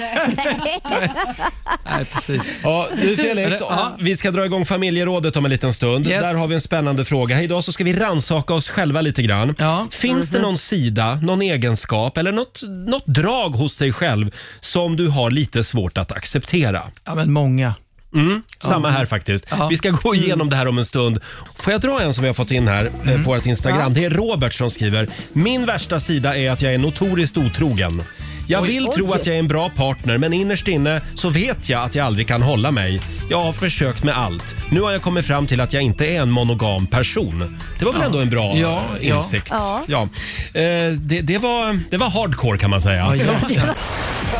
Speaker 9: Nej, precis.
Speaker 1: Ja, du Felix,
Speaker 12: Ja.
Speaker 1: vi ska dra igång familjerådet om en liten stund.
Speaker 12: Yes.
Speaker 1: Där har vi en spännande fråga. Idag så ska vi rannsaka oss själva lite grann. Finns det
Speaker 12: Mhm.
Speaker 1: någon sida, någon egenskap eller något, något drag hos dig själv som du har lite svårt att acceptera?
Speaker 9: Ja, men många.
Speaker 1: Mm, samma här faktiskt. Vi ska gå igenom det här om en stund. Får jag dra en som vi har fått in här eh,
Speaker 12: Mm.
Speaker 1: på vårt Instagram? Det är Robert som skriver. Min värsta sida är att jag är notoriskt otrogen. Jag
Speaker 12: Oj.
Speaker 1: vill tro
Speaker 12: Oj.
Speaker 1: att jag är en bra partner men innerst inne så vet jag att jag aldrig kan hålla mig. Jag har försökt med allt. Nu har jag kommit fram till att jag inte är en monogam person. Det var väl ändå en bra eh,
Speaker 12: Ja, ja.
Speaker 1: insikt?
Speaker 12: Ja.
Speaker 1: Eh, det, det, var, det var hardcore kan man säga.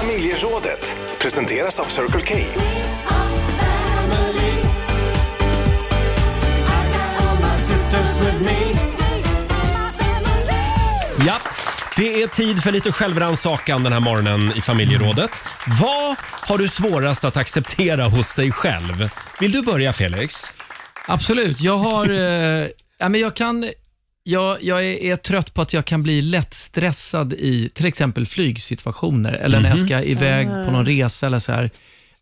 Speaker 3: Familjerådet presenteras av Circle K.
Speaker 1: Ja, det är tid för lite självrannsakan den här morgonen i familjerådet. Vad har du svårast att acceptera hos dig själv? Vill du börja Felix?
Speaker 9: Absolut. Jag har... Eh, ja, men jag kan... Jag, jag är, är trött på att jag kan bli lätt stressad i till exempel flygsituationer eller när jag
Speaker 12: Mhm.
Speaker 9: ska iväg
Speaker 12: Ah.
Speaker 9: på någon resa eller så här.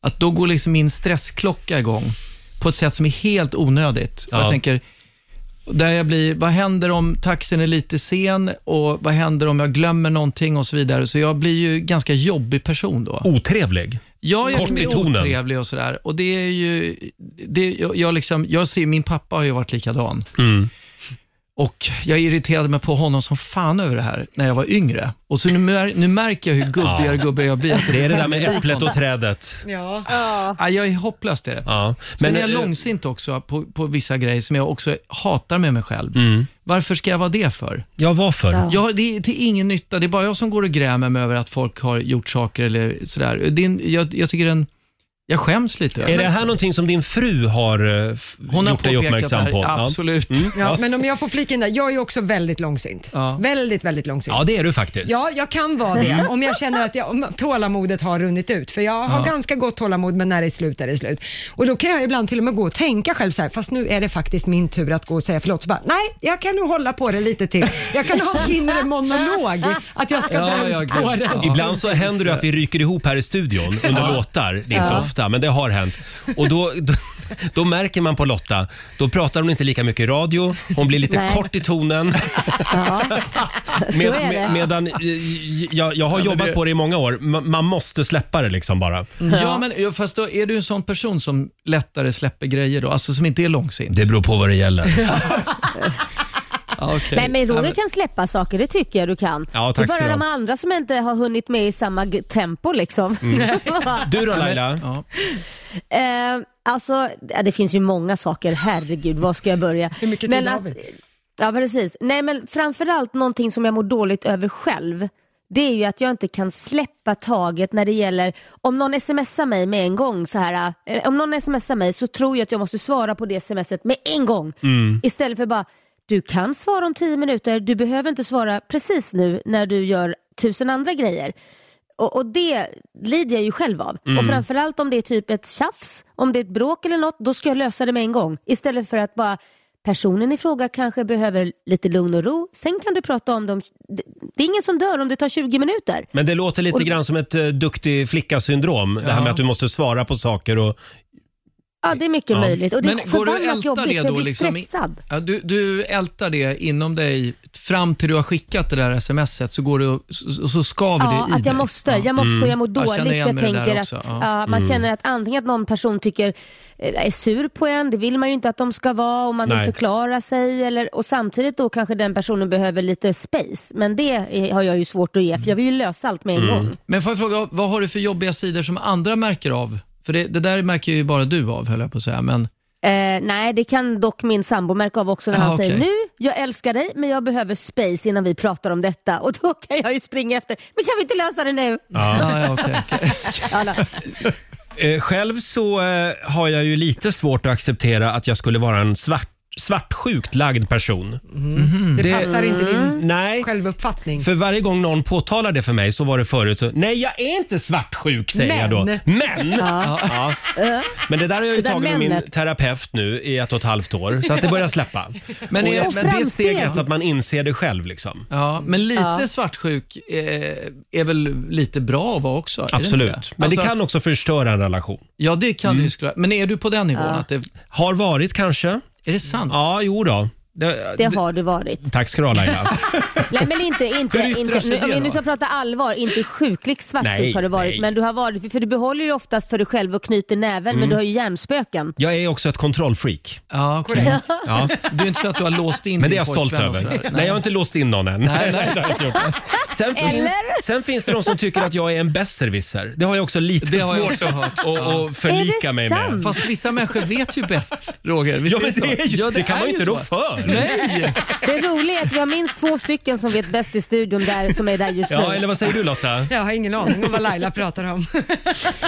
Speaker 9: Att då går liksom min stressklocka igång på ett sätt som är helt onödigt. Och
Speaker 12: Ja.
Speaker 9: jag tänker, där jag blir, vad händer om taxin är lite sen och vad händer om jag glömmer någonting och så vidare. Så jag blir ju ganska jobbig person då.
Speaker 1: Otrevlig?
Speaker 9: Ja, jag
Speaker 1: Kort
Speaker 9: kan bli
Speaker 1: i tonen.
Speaker 9: otrevlig och sådär. Och det är ju, det, jag, jag, liksom, jag ser, min pappa har ju varit likadan.
Speaker 1: Mm.
Speaker 9: Och jag irriterade mig på honom som fan över det här när jag var yngre. Och så nu, mär- nu märker jag hur gubbigare och gubbigare jag blir.
Speaker 1: Det är det där med äpplet och trädet.
Speaker 2: Ja.
Speaker 9: Ja, jag är hopplös det.
Speaker 1: Ja.
Speaker 9: Sen är jag
Speaker 1: eh,
Speaker 9: långsint också på, på vissa grejer som jag också hatar med mig själv. Varför ska jag vara det för?
Speaker 1: Mm. Ja, varför?
Speaker 9: Ja. det är till ingen nytta. Det är bara jag som går och grämer mig över att folk har gjort saker eller sådär. Det är en, jag, jag tycker den... Jag skäms lite.
Speaker 1: Är det här någonting som din fru har eh, f-
Speaker 9: Hon har
Speaker 1: gjort dig
Speaker 9: påpekat det
Speaker 1: uppmärksam
Speaker 9: här,
Speaker 1: på?
Speaker 9: absolut.
Speaker 1: Ja. Mm.
Speaker 2: Ja,
Speaker 1: Ja.
Speaker 2: men om jag får flika in där, jag är ju också väldigt långsint.
Speaker 1: Ja.
Speaker 2: Väldigt, väldigt långsint.
Speaker 1: ja, det är du faktiskt.
Speaker 2: Ja, jag kan vara det om jag känner att jag, om tålamodet har runnit ut. För jag har
Speaker 1: Ja.
Speaker 2: ganska gott tålamod, men när det är slut är det slut. Och då kan jag ibland till och med gå och tänka själv så här, fast nu är det faktiskt min tur att gå och säga förlåt. Så bara, nej, jag kan nog hålla på det lite till. Jag kan ha en inre monolog, att jag ska dra ut på det.
Speaker 1: Ibland så händer det att vi ryker ihop här i studion under
Speaker 12: Ja.
Speaker 1: låtar. Det är inte
Speaker 12: Ja.
Speaker 1: ofta, men det har hänt. Och då, då, då märker man på Lotta, då pratar hon inte lika mycket i radio, hon blir lite
Speaker 12: Nej.
Speaker 1: kort i tonen.
Speaker 12: Så
Speaker 1: Med,
Speaker 12: är det.
Speaker 1: med, medan eh, jag, jag har
Speaker 9: Ja, men
Speaker 1: jobbat
Speaker 9: det-
Speaker 1: på det i många år, Ma- man måste släppa det liksom bara.
Speaker 12: Mm.
Speaker 9: Ja, men ja, fast då är du en sån person som lättare släpper grejer då? Alltså som inte är långsint?
Speaker 1: Det beror på vad det gäller.
Speaker 9: ja, okej.
Speaker 8: Nej men Roger
Speaker 9: Ja,
Speaker 8: kan släppa saker, det tycker jag du kan.
Speaker 1: Ja, tack
Speaker 8: det är
Speaker 1: ska
Speaker 8: bara
Speaker 1: du ha.
Speaker 8: de andra som inte har hunnit med i samma g- tempo liksom.
Speaker 1: Mm. Du då Laila?
Speaker 8: Eh, alltså, ja, det finns ju många saker. Herregud, var ska jag börja?
Speaker 2: Hur mycket tid har vi?
Speaker 8: Ja, precis. Nej, men framförallt någonting som jag mår dåligt över själv. Det är ju att jag inte kan släppa taget när det gäller, om någon smsar mig med en gång så här, eh, om någon smsar mig så tror jag att jag måste svara på det smset med en gång.
Speaker 13: Mm.
Speaker 8: Istället för bara, du kan svara om tio minuter, du behöver inte svara precis nu när du gör tusen andra grejer. Och, och det lider jag ju själv av.
Speaker 13: Mm.
Speaker 8: Och framförallt om det är typ ett tjafs, om det är ett bråk eller något, då ska jag lösa det med en gång. Istället för att bara, personen i fråga kanske behöver lite lugn och ro, sen kan du prata om dem. Det, det är ingen som dör om det tar 20 minuter.
Speaker 1: Men det låter lite
Speaker 8: Och-
Speaker 1: grann som ett eh, duktig flicka-syndrom. Det här med att du måste svara på saker och...
Speaker 8: Ja, det är mycket
Speaker 1: Ja.
Speaker 8: möjligt. Och det är
Speaker 1: Men
Speaker 7: går du och
Speaker 8: förbannat
Speaker 7: ältar
Speaker 8: jobbigt
Speaker 7: det
Speaker 8: för jag
Speaker 7: då
Speaker 8: blir
Speaker 7: liksom i-
Speaker 8: stressad.
Speaker 7: Ja, du, du ältar det inom dig fram till du har skickat det där smset så, går du, och- så, så skaver
Speaker 8: Ja,
Speaker 7: det i
Speaker 8: att jag
Speaker 7: dig.
Speaker 8: måste. Jag måste och jag mår
Speaker 7: Ja,
Speaker 8: dåligt.
Speaker 7: känner
Speaker 8: för
Speaker 7: igen
Speaker 8: jag
Speaker 7: mig i det där
Speaker 8: tänker att
Speaker 7: också. Mm.
Speaker 8: ja, man känner att antingen att någon person tycker eh, är sur på en, det vill man ju inte att de ska vara och man vill
Speaker 13: Nej.
Speaker 8: förklara sig eller, och samtidigt då kanske den personen behöver lite space. Men det är, har jag ju svårt att ge för jag vill ju lösa allt med en
Speaker 7: Mm.
Speaker 8: gång.
Speaker 7: Men får jag fråga, vad har du för jobbiga sidor som andra märker av? För det, det där märker ju bara du av, höll jag på att säga. Men,
Speaker 8: Eh, nej, det kan dock min sambo märka av också när
Speaker 7: Ah,
Speaker 8: han
Speaker 7: okej.
Speaker 8: säger nu, jag älskar dig men jag behöver space innan vi pratar om detta och då kan jag ju springa efter, men kan vi inte lösa det nu? Ja, då.
Speaker 1: Eh, Själv så eh, har jag ju lite svårt att acceptera att jag skulle vara en svart, svartsjukt lagd person.
Speaker 2: Det, passar inte din
Speaker 1: Nej.
Speaker 2: självuppfattning.
Speaker 1: För varje gång någon påtalar det för mig så var det förut så, nej jag är inte svartsjuk säger jag då. Men!
Speaker 13: Ja.
Speaker 1: Ja. Men det där har jag ju
Speaker 13: Det där
Speaker 1: tagit med min
Speaker 13: männet.
Speaker 1: terapeut nu i ett och ett halvt år så att det börjar släppa.
Speaker 7: Men
Speaker 1: Men, och
Speaker 7: är-
Speaker 1: jag,
Speaker 7: men
Speaker 1: det är
Speaker 7: framsteg.
Speaker 1: steg ett att man inser det själv liksom.
Speaker 7: ja, men lite
Speaker 1: Ja.
Speaker 7: svartsjuk är, är väl lite bra att vara också? är det inte
Speaker 1: Absolut.
Speaker 7: det?
Speaker 1: Men det
Speaker 7: Alltså-
Speaker 1: kan Mm. också förstöra en relation.
Speaker 7: Ja, det kan det ju såklart. Men är du på den nivån?
Speaker 1: Ja.
Speaker 7: Att det...
Speaker 1: Har varit kanske.
Speaker 7: Är det sant?
Speaker 1: Ja, jo då. Det,
Speaker 8: Det har du varit.
Speaker 1: Tack ska du ha Laila.
Speaker 8: Nej men inte, inte,
Speaker 1: Hur yttrar
Speaker 8: inte
Speaker 1: sig
Speaker 8: nu,
Speaker 1: det
Speaker 8: om vi
Speaker 1: då?
Speaker 8: nu ska prata allvar, inte sjukligt
Speaker 1: Nej,
Speaker 8: svartsjuk har du varit.
Speaker 1: nej.
Speaker 8: Men du har varit, för du behåller ju oftast för dig själv och knyter näven,
Speaker 1: Mm.
Speaker 8: men du har ju hjärnspöken.
Speaker 1: Jag är också ett kontrollfreak.
Speaker 7: Ja,
Speaker 8: Korrekt.
Speaker 1: Ja.
Speaker 7: Det är inte så att du har låst in
Speaker 1: Men det
Speaker 7: din
Speaker 1: är jag stolt
Speaker 7: pojkvän och
Speaker 1: över.
Speaker 7: sådär.
Speaker 1: Nej. jag har inte låst in någon än.
Speaker 7: Nej,
Speaker 1: Det har jag inte gjort. Sen finns,
Speaker 7: Eller?
Speaker 1: sen finns det de som tycker att jag är en besserwisser. Det har jag också lite
Speaker 7: Det har jag
Speaker 1: svårt
Speaker 7: också hört.
Speaker 1: att- att
Speaker 7: Ja.
Speaker 1: att förlika mig med.
Speaker 7: Fast vissa människor vet ju bäst, Roger. Visst
Speaker 1: Ja, men
Speaker 7: så?
Speaker 1: det är ju- det kan man ju inte
Speaker 7: så.
Speaker 1: rå för.
Speaker 7: Nej!
Speaker 8: Det roliga är att vi har minst två stycken som vet bäst i studion där, som är där just nu.
Speaker 1: Ja, eller vad säger du Lotta?
Speaker 2: Jag har ingen aning om vad Laila pratar om.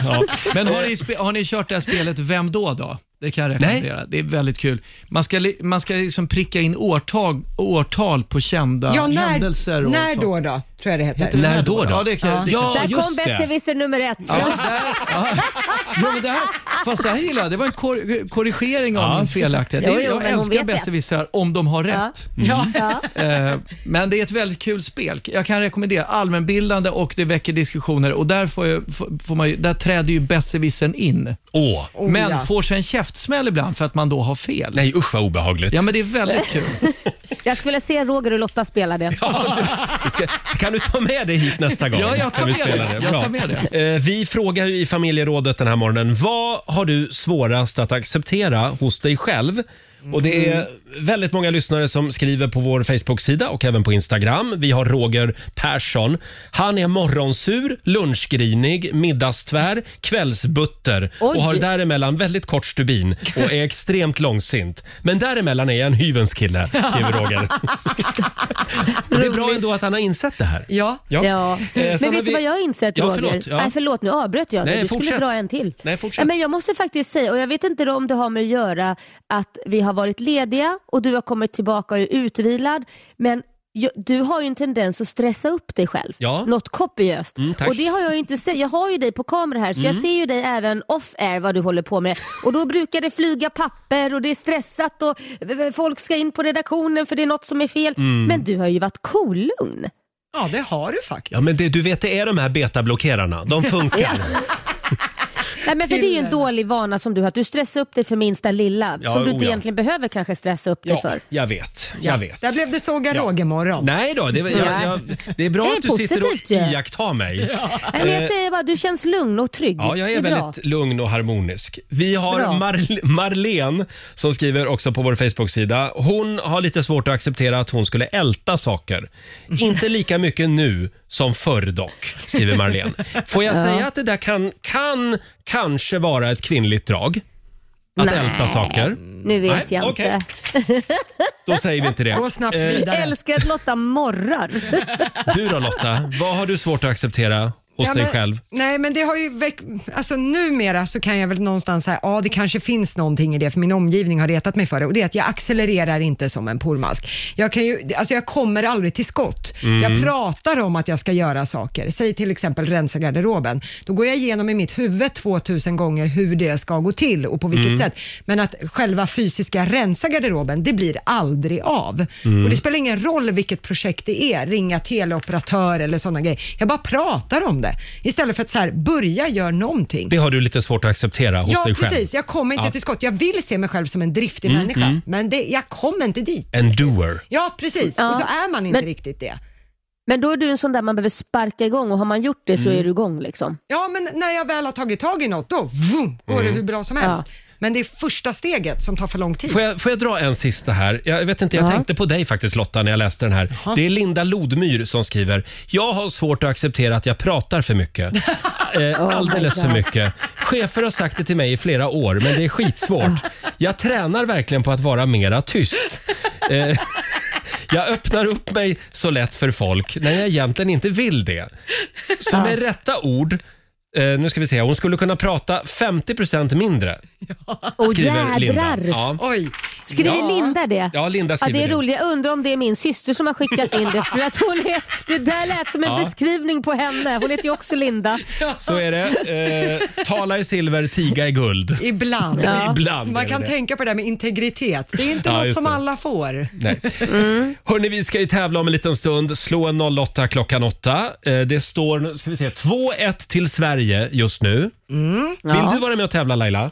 Speaker 1: Ja.
Speaker 7: Men har ni, spe- har ni kört det här spelet Vem då? då? Det kan jag rekommendera. Det är väldigt kul. Man ska, li- man ska liksom pricka in årtal, årtal på kända
Speaker 2: Ja, när,
Speaker 7: händelser. Och
Speaker 2: när
Speaker 7: så.
Speaker 2: då då, tror jag det heter.
Speaker 7: Heter det När när då då? då? Ja, det kan- det kan-
Speaker 8: Där
Speaker 7: just
Speaker 8: kom
Speaker 7: det.
Speaker 8: besserwisser nummer ett.
Speaker 7: Ja, men det här, fast det här gillar jag. Det var en kor- korrigering av
Speaker 8: Ja.
Speaker 7: min felaktighet. Det
Speaker 8: Jo,
Speaker 7: är,
Speaker 8: jo,
Speaker 7: jag
Speaker 8: men hon
Speaker 7: älskar
Speaker 8: vet bäst.
Speaker 7: besserwissrar om de har rätt.
Speaker 8: Ja. Ja.
Speaker 7: Eh, Men det är ett väldigt kul spel. Jag kan rekommendera allmänbildande och det väcker diskussioner och där, får jag, f- får man ju, där träder ju besserwissern in.
Speaker 1: Åh. Oh,
Speaker 7: men
Speaker 1: ja.
Speaker 7: får sig en käftsmäll ibland för att man då har fel.
Speaker 1: Nej usch vad obehagligt.
Speaker 7: Ja men det är väldigt kul.
Speaker 8: Jag skulle vilja se Roger och Lotta spela det.
Speaker 1: Vi Ska, kan du ta med det hit nästa gång?
Speaker 7: Ja, jag tar
Speaker 1: när vi
Speaker 7: med
Speaker 1: spelar
Speaker 7: det. Jag
Speaker 1: Bra.
Speaker 7: tar med
Speaker 1: Eh, Vi frågar ju i familjerådet den här morgonen. Vad har du svårast att acceptera hos dig själv? Och det
Speaker 7: Mm.
Speaker 1: är väldigt många lyssnare som skriver på vår Facebook-sida och även på Instagram. Vi har Roger Persson. Han är morgonsur, lunchgrinig, middagstvär, kvällsbutter
Speaker 13: Oj.
Speaker 1: och har däremellan väldigt kort stubin och är extremt långsint. Men däremellan är jag en hyvens kille, skriver Roger. Men Det är bra ändå att han har insett det här.
Speaker 2: Ja.
Speaker 8: Ja.
Speaker 1: Eh,
Speaker 8: Men
Speaker 1: sen har
Speaker 8: vet du vad jag har insett
Speaker 1: ja,
Speaker 8: Roger?
Speaker 1: Förlåt, ja.
Speaker 8: Nej förlåt, nu avbröt jag.
Speaker 1: Nej,
Speaker 8: dig. du
Speaker 1: fortsätt.
Speaker 8: skulle dra en till.
Speaker 1: Nej,
Speaker 8: Ja,
Speaker 1: fortsätt.
Speaker 8: Men jag måste faktiskt säga, och jag vet inte om det har med att göra att vi har varit lediga och du har kommit tillbaka och är utvilad, men jag- du har ju en tendens att stressa upp dig själv.
Speaker 13: Ja.
Speaker 8: Något kopiöst.
Speaker 13: Mm, tack.
Speaker 8: och det har jag ju inte sett. Jag har ju dig på kamera här så jag
Speaker 13: Mm.
Speaker 8: ser ju dig även off air vad du håller på med. Och då brukar det flyga papper och det är stressat och eh, folk ska in på redaktionen för det är något som är fel.
Speaker 1: Mm.
Speaker 8: Men du har ju varit kolugn.
Speaker 2: Ja, det har du faktiskt.
Speaker 1: Ja, men det, du vet, det är de här betablockerarna. De funkar.
Speaker 8: Nej, men för det är ju en dålig vana som du har, att du stressar upp dig för minsta lilla,
Speaker 1: Ja,
Speaker 8: som du inte
Speaker 1: oh ja.
Speaker 8: egentligen behöver kanske stressa upp dig
Speaker 1: Ja,
Speaker 8: för.
Speaker 1: jag vet. Jag vet.
Speaker 2: Där blev det såga Roger-morgon.
Speaker 1: Nej då, det, var- jag,
Speaker 2: Nej.
Speaker 1: jag, det är bra
Speaker 8: Det är
Speaker 1: att du sitter och
Speaker 8: positivt ju.
Speaker 1: iakttar mig.
Speaker 8: Nej, men
Speaker 1: Eh,
Speaker 8: jag säger bara, du känns lugn och trygg.
Speaker 1: Ja, jag
Speaker 8: Det
Speaker 1: är
Speaker 8: bra.
Speaker 1: väldigt lugn och harmonisk. Vi har
Speaker 8: Bra.
Speaker 1: Mar- Marlene som skriver också på vår Facebook-sida. Hon har lite svårt att acceptera att hon skulle älta saker.
Speaker 8: Mm.
Speaker 1: Inte lika mycket nu som förr dock, skriver Marlene. Får jag
Speaker 13: Ja.
Speaker 1: säga att det där kan, kan kanske vara ett kvinnligt drag? Att
Speaker 8: Nej,
Speaker 1: älta saker?
Speaker 8: Mm. Nu vet
Speaker 1: Nej,
Speaker 8: jag
Speaker 1: okej.
Speaker 8: inte.
Speaker 1: Då säger vi inte det. Eh,
Speaker 8: Jag älskar att Lotta morrar.
Speaker 1: Du då Lotta, vad har du svårt att acceptera hos
Speaker 2: Ja,
Speaker 1: dig
Speaker 2: men,
Speaker 1: själv?
Speaker 2: Nej, men det har ju väck, alltså numera så kan jag väl någonstans säga, ja det kanske finns någonting i det, för min omgivning har retat mig för det och det är att jag accelererar inte som en pormask. Jag, kan ju, alltså jag kommer aldrig till skott.
Speaker 14: Mm.
Speaker 2: Jag pratar om att jag ska göra saker, säg till exempel rensa garderoben. Då går jag igenom i mitt huvud 2000 gånger hur det ska gå till och på vilket
Speaker 14: Mm.
Speaker 2: sätt. Men att själva fysiska rensa garderoben, det blir aldrig av.
Speaker 14: Mm.
Speaker 2: Och det spelar ingen roll vilket projekt det är, ringa teleoperatör eller sådana grejer. Jag bara pratar om det istället för att så här, börja göra någonting.
Speaker 1: Det har du lite svårt att acceptera hos
Speaker 2: ja,
Speaker 1: dig själv?
Speaker 2: precis. Jag kommer inte
Speaker 1: Ja.
Speaker 2: till skott. Jag vill se mig själv som en driftig
Speaker 1: Mm,
Speaker 2: människa,
Speaker 1: mm.
Speaker 2: men det, jag kommer inte dit.
Speaker 1: En doer.
Speaker 2: Ja, precis.
Speaker 8: Ja.
Speaker 2: Och så är man inte
Speaker 8: Men-
Speaker 2: riktigt det.
Speaker 8: Men då är du en sån där man behöver sparka igång och har man gjort det så
Speaker 2: Mm.
Speaker 8: är du igång liksom.
Speaker 2: Ja, men när jag väl har tagit tag i något, då vroom, går
Speaker 1: Mm.
Speaker 2: det hur bra som helst. Men det är första steget som tar för lång tid.
Speaker 1: Får jag, får jag dra en sista här? Jag vet inte, jag
Speaker 2: Ja.
Speaker 1: tänkte på dig faktiskt Lotta när jag läste den här. Det är Linda Lodmyr som skriver. Jag har svårt att acceptera att jag pratar för mycket. Eh, alldeles för
Speaker 7: God.
Speaker 1: mycket. Chefer har sagt det till mig i flera år, men det är skitsvårt. Jag tränar verkligen på att vara mera tyst. Eh, jag öppnar upp mig så lätt för folk när jag egentligen inte vill det. Så med rätta ord, eh, nu ska vi se, hon skulle kunna prata 50% mindre.
Speaker 8: Åh
Speaker 1: Skriver Linda.
Speaker 8: jädrar!
Speaker 1: Ja.
Speaker 8: Skriver
Speaker 1: Ja.
Speaker 8: Linda det?
Speaker 1: Ja, Linda skriver
Speaker 8: ja, det.
Speaker 1: det.
Speaker 8: Är roligt. Jag undrar om det är min syster som har skickat in det för att hon är, det där lät som en
Speaker 1: Ja.
Speaker 8: beskrivning på henne. Hon heter ju också Linda.
Speaker 1: Så är det. Eh, tala i silver, tiga i guld.
Speaker 2: Ibland.
Speaker 1: Ja. Ibland är
Speaker 2: Man
Speaker 1: det
Speaker 2: kan
Speaker 1: det.
Speaker 2: tänka på det där med integritet. Det är inte
Speaker 1: Ja,
Speaker 2: något
Speaker 1: just
Speaker 2: som
Speaker 1: det.
Speaker 2: alla får.
Speaker 1: Nej.
Speaker 8: Mm.
Speaker 1: Hörni, vi ska ju tävla om en liten stund. Slå en 08 klockan 8. Eh, det står nu ska vi se, 2-1 till Sverige just nu. Vill
Speaker 8: Mm, Ja.
Speaker 1: du vara med och tävla Laila?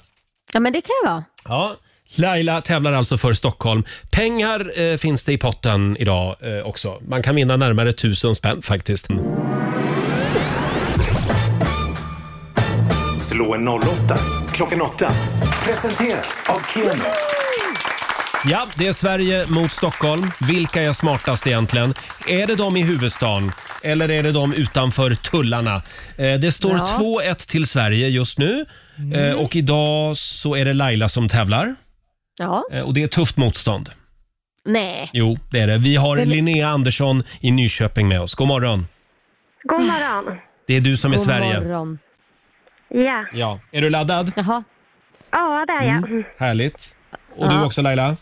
Speaker 8: Ja men det kan jag vara.
Speaker 1: Ja. Laila tävlar alltså för Stockholm. Pengar eh, finns det i potten idag eh, också. Man kan vinna närmare tusen spänn faktiskt.
Speaker 3: Slå en 08 klockan 8. Presenteras av Keno.
Speaker 1: Ja, det är Sverige mot Stockholm. Vilka är smartast egentligen? Är det de i huvudstaden eller är det de utanför tullarna? Eh, Det står
Speaker 7: Ja.
Speaker 1: 2-1 till Sverige just nu
Speaker 8: Mm.
Speaker 1: Eh, och idag så är det Laila som tävlar
Speaker 8: Ja.
Speaker 1: Eh, och det är tufft motstånd.
Speaker 8: Nej.
Speaker 1: Jo, det är det. Vi har
Speaker 8: Men-
Speaker 1: Linnea Andersson i Nyköping med oss. God morgon.
Speaker 15: God morgon.
Speaker 1: Det är du som är
Speaker 8: God
Speaker 1: Sverige.
Speaker 8: morgon.
Speaker 15: Ja.
Speaker 1: Ja, är du laddad?
Speaker 8: Jaha.
Speaker 15: Ja, det är jag.
Speaker 1: Mm, Härligt. Och du
Speaker 8: Ja.
Speaker 1: också Laila?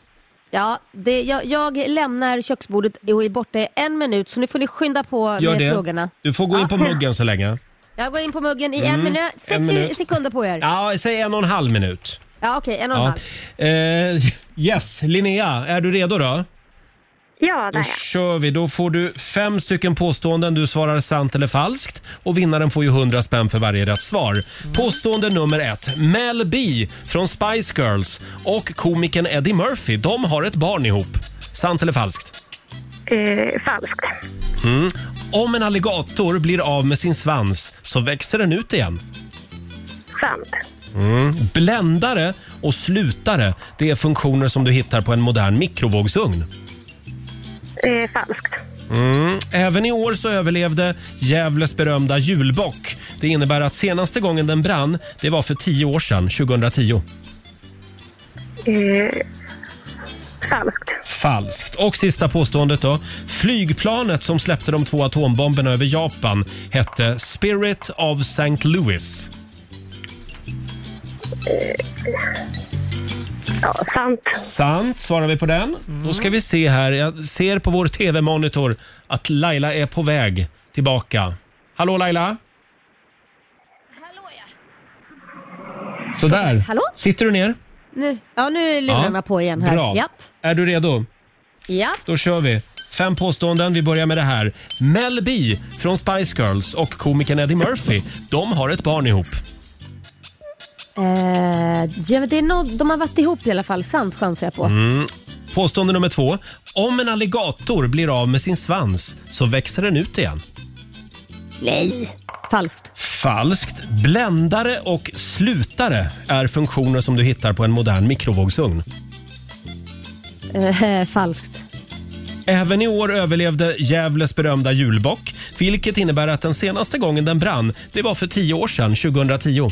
Speaker 8: Ja, det, jag, jag lämnar köksbordet och är borta i en minut så nu får ni skynda på
Speaker 1: Gör
Speaker 8: med
Speaker 1: det.
Speaker 8: frågorna.
Speaker 1: Du får gå in
Speaker 8: Ja.
Speaker 1: på muggen så länge.
Speaker 8: Jag går in på muggen i
Speaker 1: Mm,
Speaker 8: en minut.
Speaker 1: en
Speaker 8: 60
Speaker 1: minut.
Speaker 8: sekunder på er. Ja,
Speaker 1: Ja, säg en och en halv minut.
Speaker 8: okej, en och en
Speaker 1: Ja. Eh,
Speaker 8: halv.
Speaker 1: yes, Linnea, är du redo då?
Speaker 15: Ja, det
Speaker 1: Då
Speaker 15: är
Speaker 1: kör vi. Då får du fem stycken påståenden. Du svarar sant eller falskt. Och vinnaren får ju 100 spänn för varje rätt svar. Påstående nummer ett. Mel B från Spice Girls och komikern Eddie Murphy, de har ett barn ihop. Sant eller falskt?
Speaker 15: jag. Eh, falskt.
Speaker 1: Mm. Om en alligator blir av med sin svans så växer den ut igen.
Speaker 15: Sant.
Speaker 1: Mm. Bländare och slutare, det är funktioner som du hittar på en modern mikrovågsugn.
Speaker 15: Eh, falskt.
Speaker 1: Mm. Även i år så överlevde Gävles berömda julbock. Det innebär att senaste gången den brann, det var för tio år sedan, 2010.
Speaker 15: Eh, falskt.
Speaker 1: Falskt. Och sista påståendet då. Flygplanet som släppte de två atombomberna över Japan hette Spirit of St. Louis.
Speaker 15: Ja, sant.
Speaker 1: Sant, svarar vi på den. Då ska vi se här. Jag ser på vår TV-monitor att Laila är på väg tillbaka. Hallå Laila? Hallå ja. Sådär.
Speaker 8: Hallå?
Speaker 1: Sitter du ner?
Speaker 8: Nu, ja, nu är lurarna
Speaker 1: Ja.
Speaker 8: på igen här.
Speaker 1: Bra.
Speaker 8: Japp.
Speaker 1: Är du redo?
Speaker 8: Ja.
Speaker 1: Då kör vi. Fem påståenden. Vi börjar med det här. Mel B från Spice Girls och komikern Eddie Murphy, de har ett barn ihop.
Speaker 8: Eh, ja, men det är nå de har varit ihop i alla fall, sant chansar jag på.
Speaker 1: Mm. Påstående nummer två. Om en alligator blir av med sin svans så växer den ut igen.
Speaker 8: Nej, falskt.
Speaker 1: Falskt. Bländare och slutare är funktioner som du hittar på en modern mikrovågsugn.
Speaker 8: Eh, falskt.
Speaker 1: Även i år överlevde Gävles berömda julbock, vilket innebär att den senaste gången den brann, det var för tio år sedan, 2010.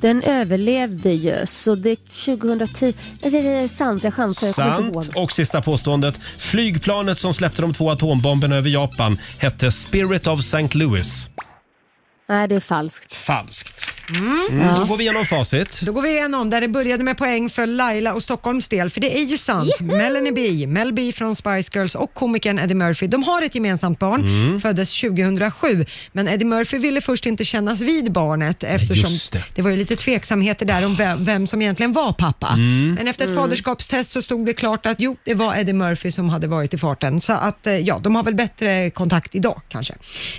Speaker 8: Den överlevde ju, så det 2010... Nej, det är sant, jag chansar. Jag kommer inte ihåg.
Speaker 1: Sant. Och sista påståendet. Flygplanet som släppte de två atombomberna över Japan hette Spirit of St. Louis.
Speaker 8: Nej, det är falskt.
Speaker 1: Falskt.
Speaker 2: Mm.
Speaker 1: Mm. Då går vi igenom facit.
Speaker 2: Då går vi igenom där det började med poäng för Laila och Stockholms del, för det är ju sant. Melanie B, Mel B från Spice Girls och komikern Eddie Murphy, de har ett gemensamt barn,
Speaker 14: Mm.
Speaker 2: föddes 2007. Men Eddie Murphy ville först inte kännas vid barnet eftersom
Speaker 14: just
Speaker 2: det.
Speaker 14: det.
Speaker 2: var ju lite tveksamheter där om vem, vem som egentligen var pappa.
Speaker 14: Mm.
Speaker 2: Men efter ett
Speaker 14: Mm.
Speaker 2: faderskapstest så stod det klart att jo, det var Eddie Murphy som hade varit i farten. Så att eh, ja, de har väl bättre kontakt idag kanske.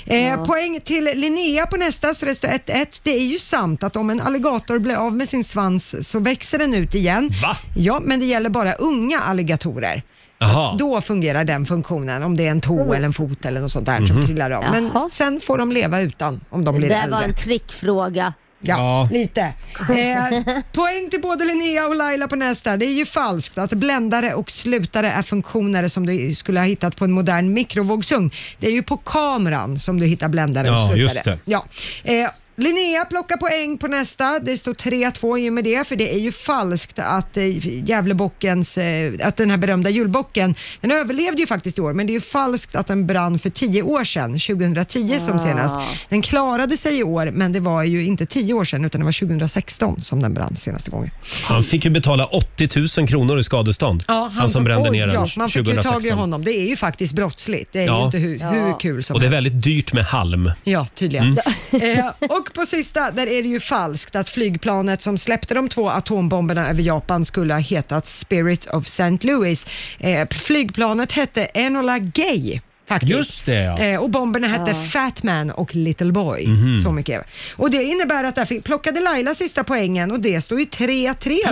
Speaker 2: Eh,
Speaker 14: Ja.
Speaker 2: Poäng till Linnea på nästa så det står 1-1. Det är ju sant att om en alligator blir av med sin svans så växer den ut igen.
Speaker 1: Va?
Speaker 2: Ja, men det gäller bara unga alligatorer. Så
Speaker 14: Jaha.
Speaker 2: att då fungerar den funktionen, om det är en tå eller en fot eller något sånt där som
Speaker 1: Mhm.
Speaker 2: trillar av. Men sen får de leva utan om de
Speaker 8: Det
Speaker 2: blir
Speaker 8: där
Speaker 2: äldre.
Speaker 8: var en trickfråga.
Speaker 2: Ja, lite. Eh, poäng till både Linnea och Laila på nästa. Det är ju falskt att bländare och slutare är funktioner som du skulle ha hittat på en modern mikrovågsugn. Det är ju på kameran som du hittar bländare och
Speaker 14: Ja,
Speaker 2: slutare.
Speaker 14: just det.
Speaker 2: Ja. Eh, Linnea plockar poäng på nästa. Det står 3-2 i och med det, för det är ju falskt att eh, Gävlebockens, eh, att den här berömda julbocken, den överlevde ju faktiskt i år, men det är ju falskt att den brann för 10 år sedan, 2010 som senast.
Speaker 14: Ah.
Speaker 2: Den klarade sig i år, men det var ju inte 10 år sedan, utan det var 2016 som den brann senaste gången.
Speaker 1: Han fick ju betala 80 000 kronor i skadestånd. han, som brände
Speaker 2: oj,
Speaker 1: ner den
Speaker 2: ja, Man fick ju
Speaker 1: 2016.
Speaker 2: tag i honom. Det är ju faktiskt brottsligt. Det är ju
Speaker 1: Ja.
Speaker 2: inte hur, hur kul som
Speaker 1: Och det är
Speaker 2: helst.
Speaker 1: väldigt dyrt med halm.
Speaker 2: Ja, tydligen.
Speaker 1: Mm.
Speaker 2: eh, och på sista, där är det ju falskt att flygplanet som släppte de två atombomberna över Japan skulle ha hetat Spirit of St. Louis. Eh, flygplanet hette Enola Gay. Faktiskt.
Speaker 1: Just det, ja.
Speaker 2: Eh, och bomberna hette
Speaker 14: Ja.
Speaker 2: Fat Man och Little Boy.
Speaker 14: Mhm.
Speaker 2: Så mycket. Och det innebär att där fick, plockade Laila sista poängen och det står ju 3-3 då.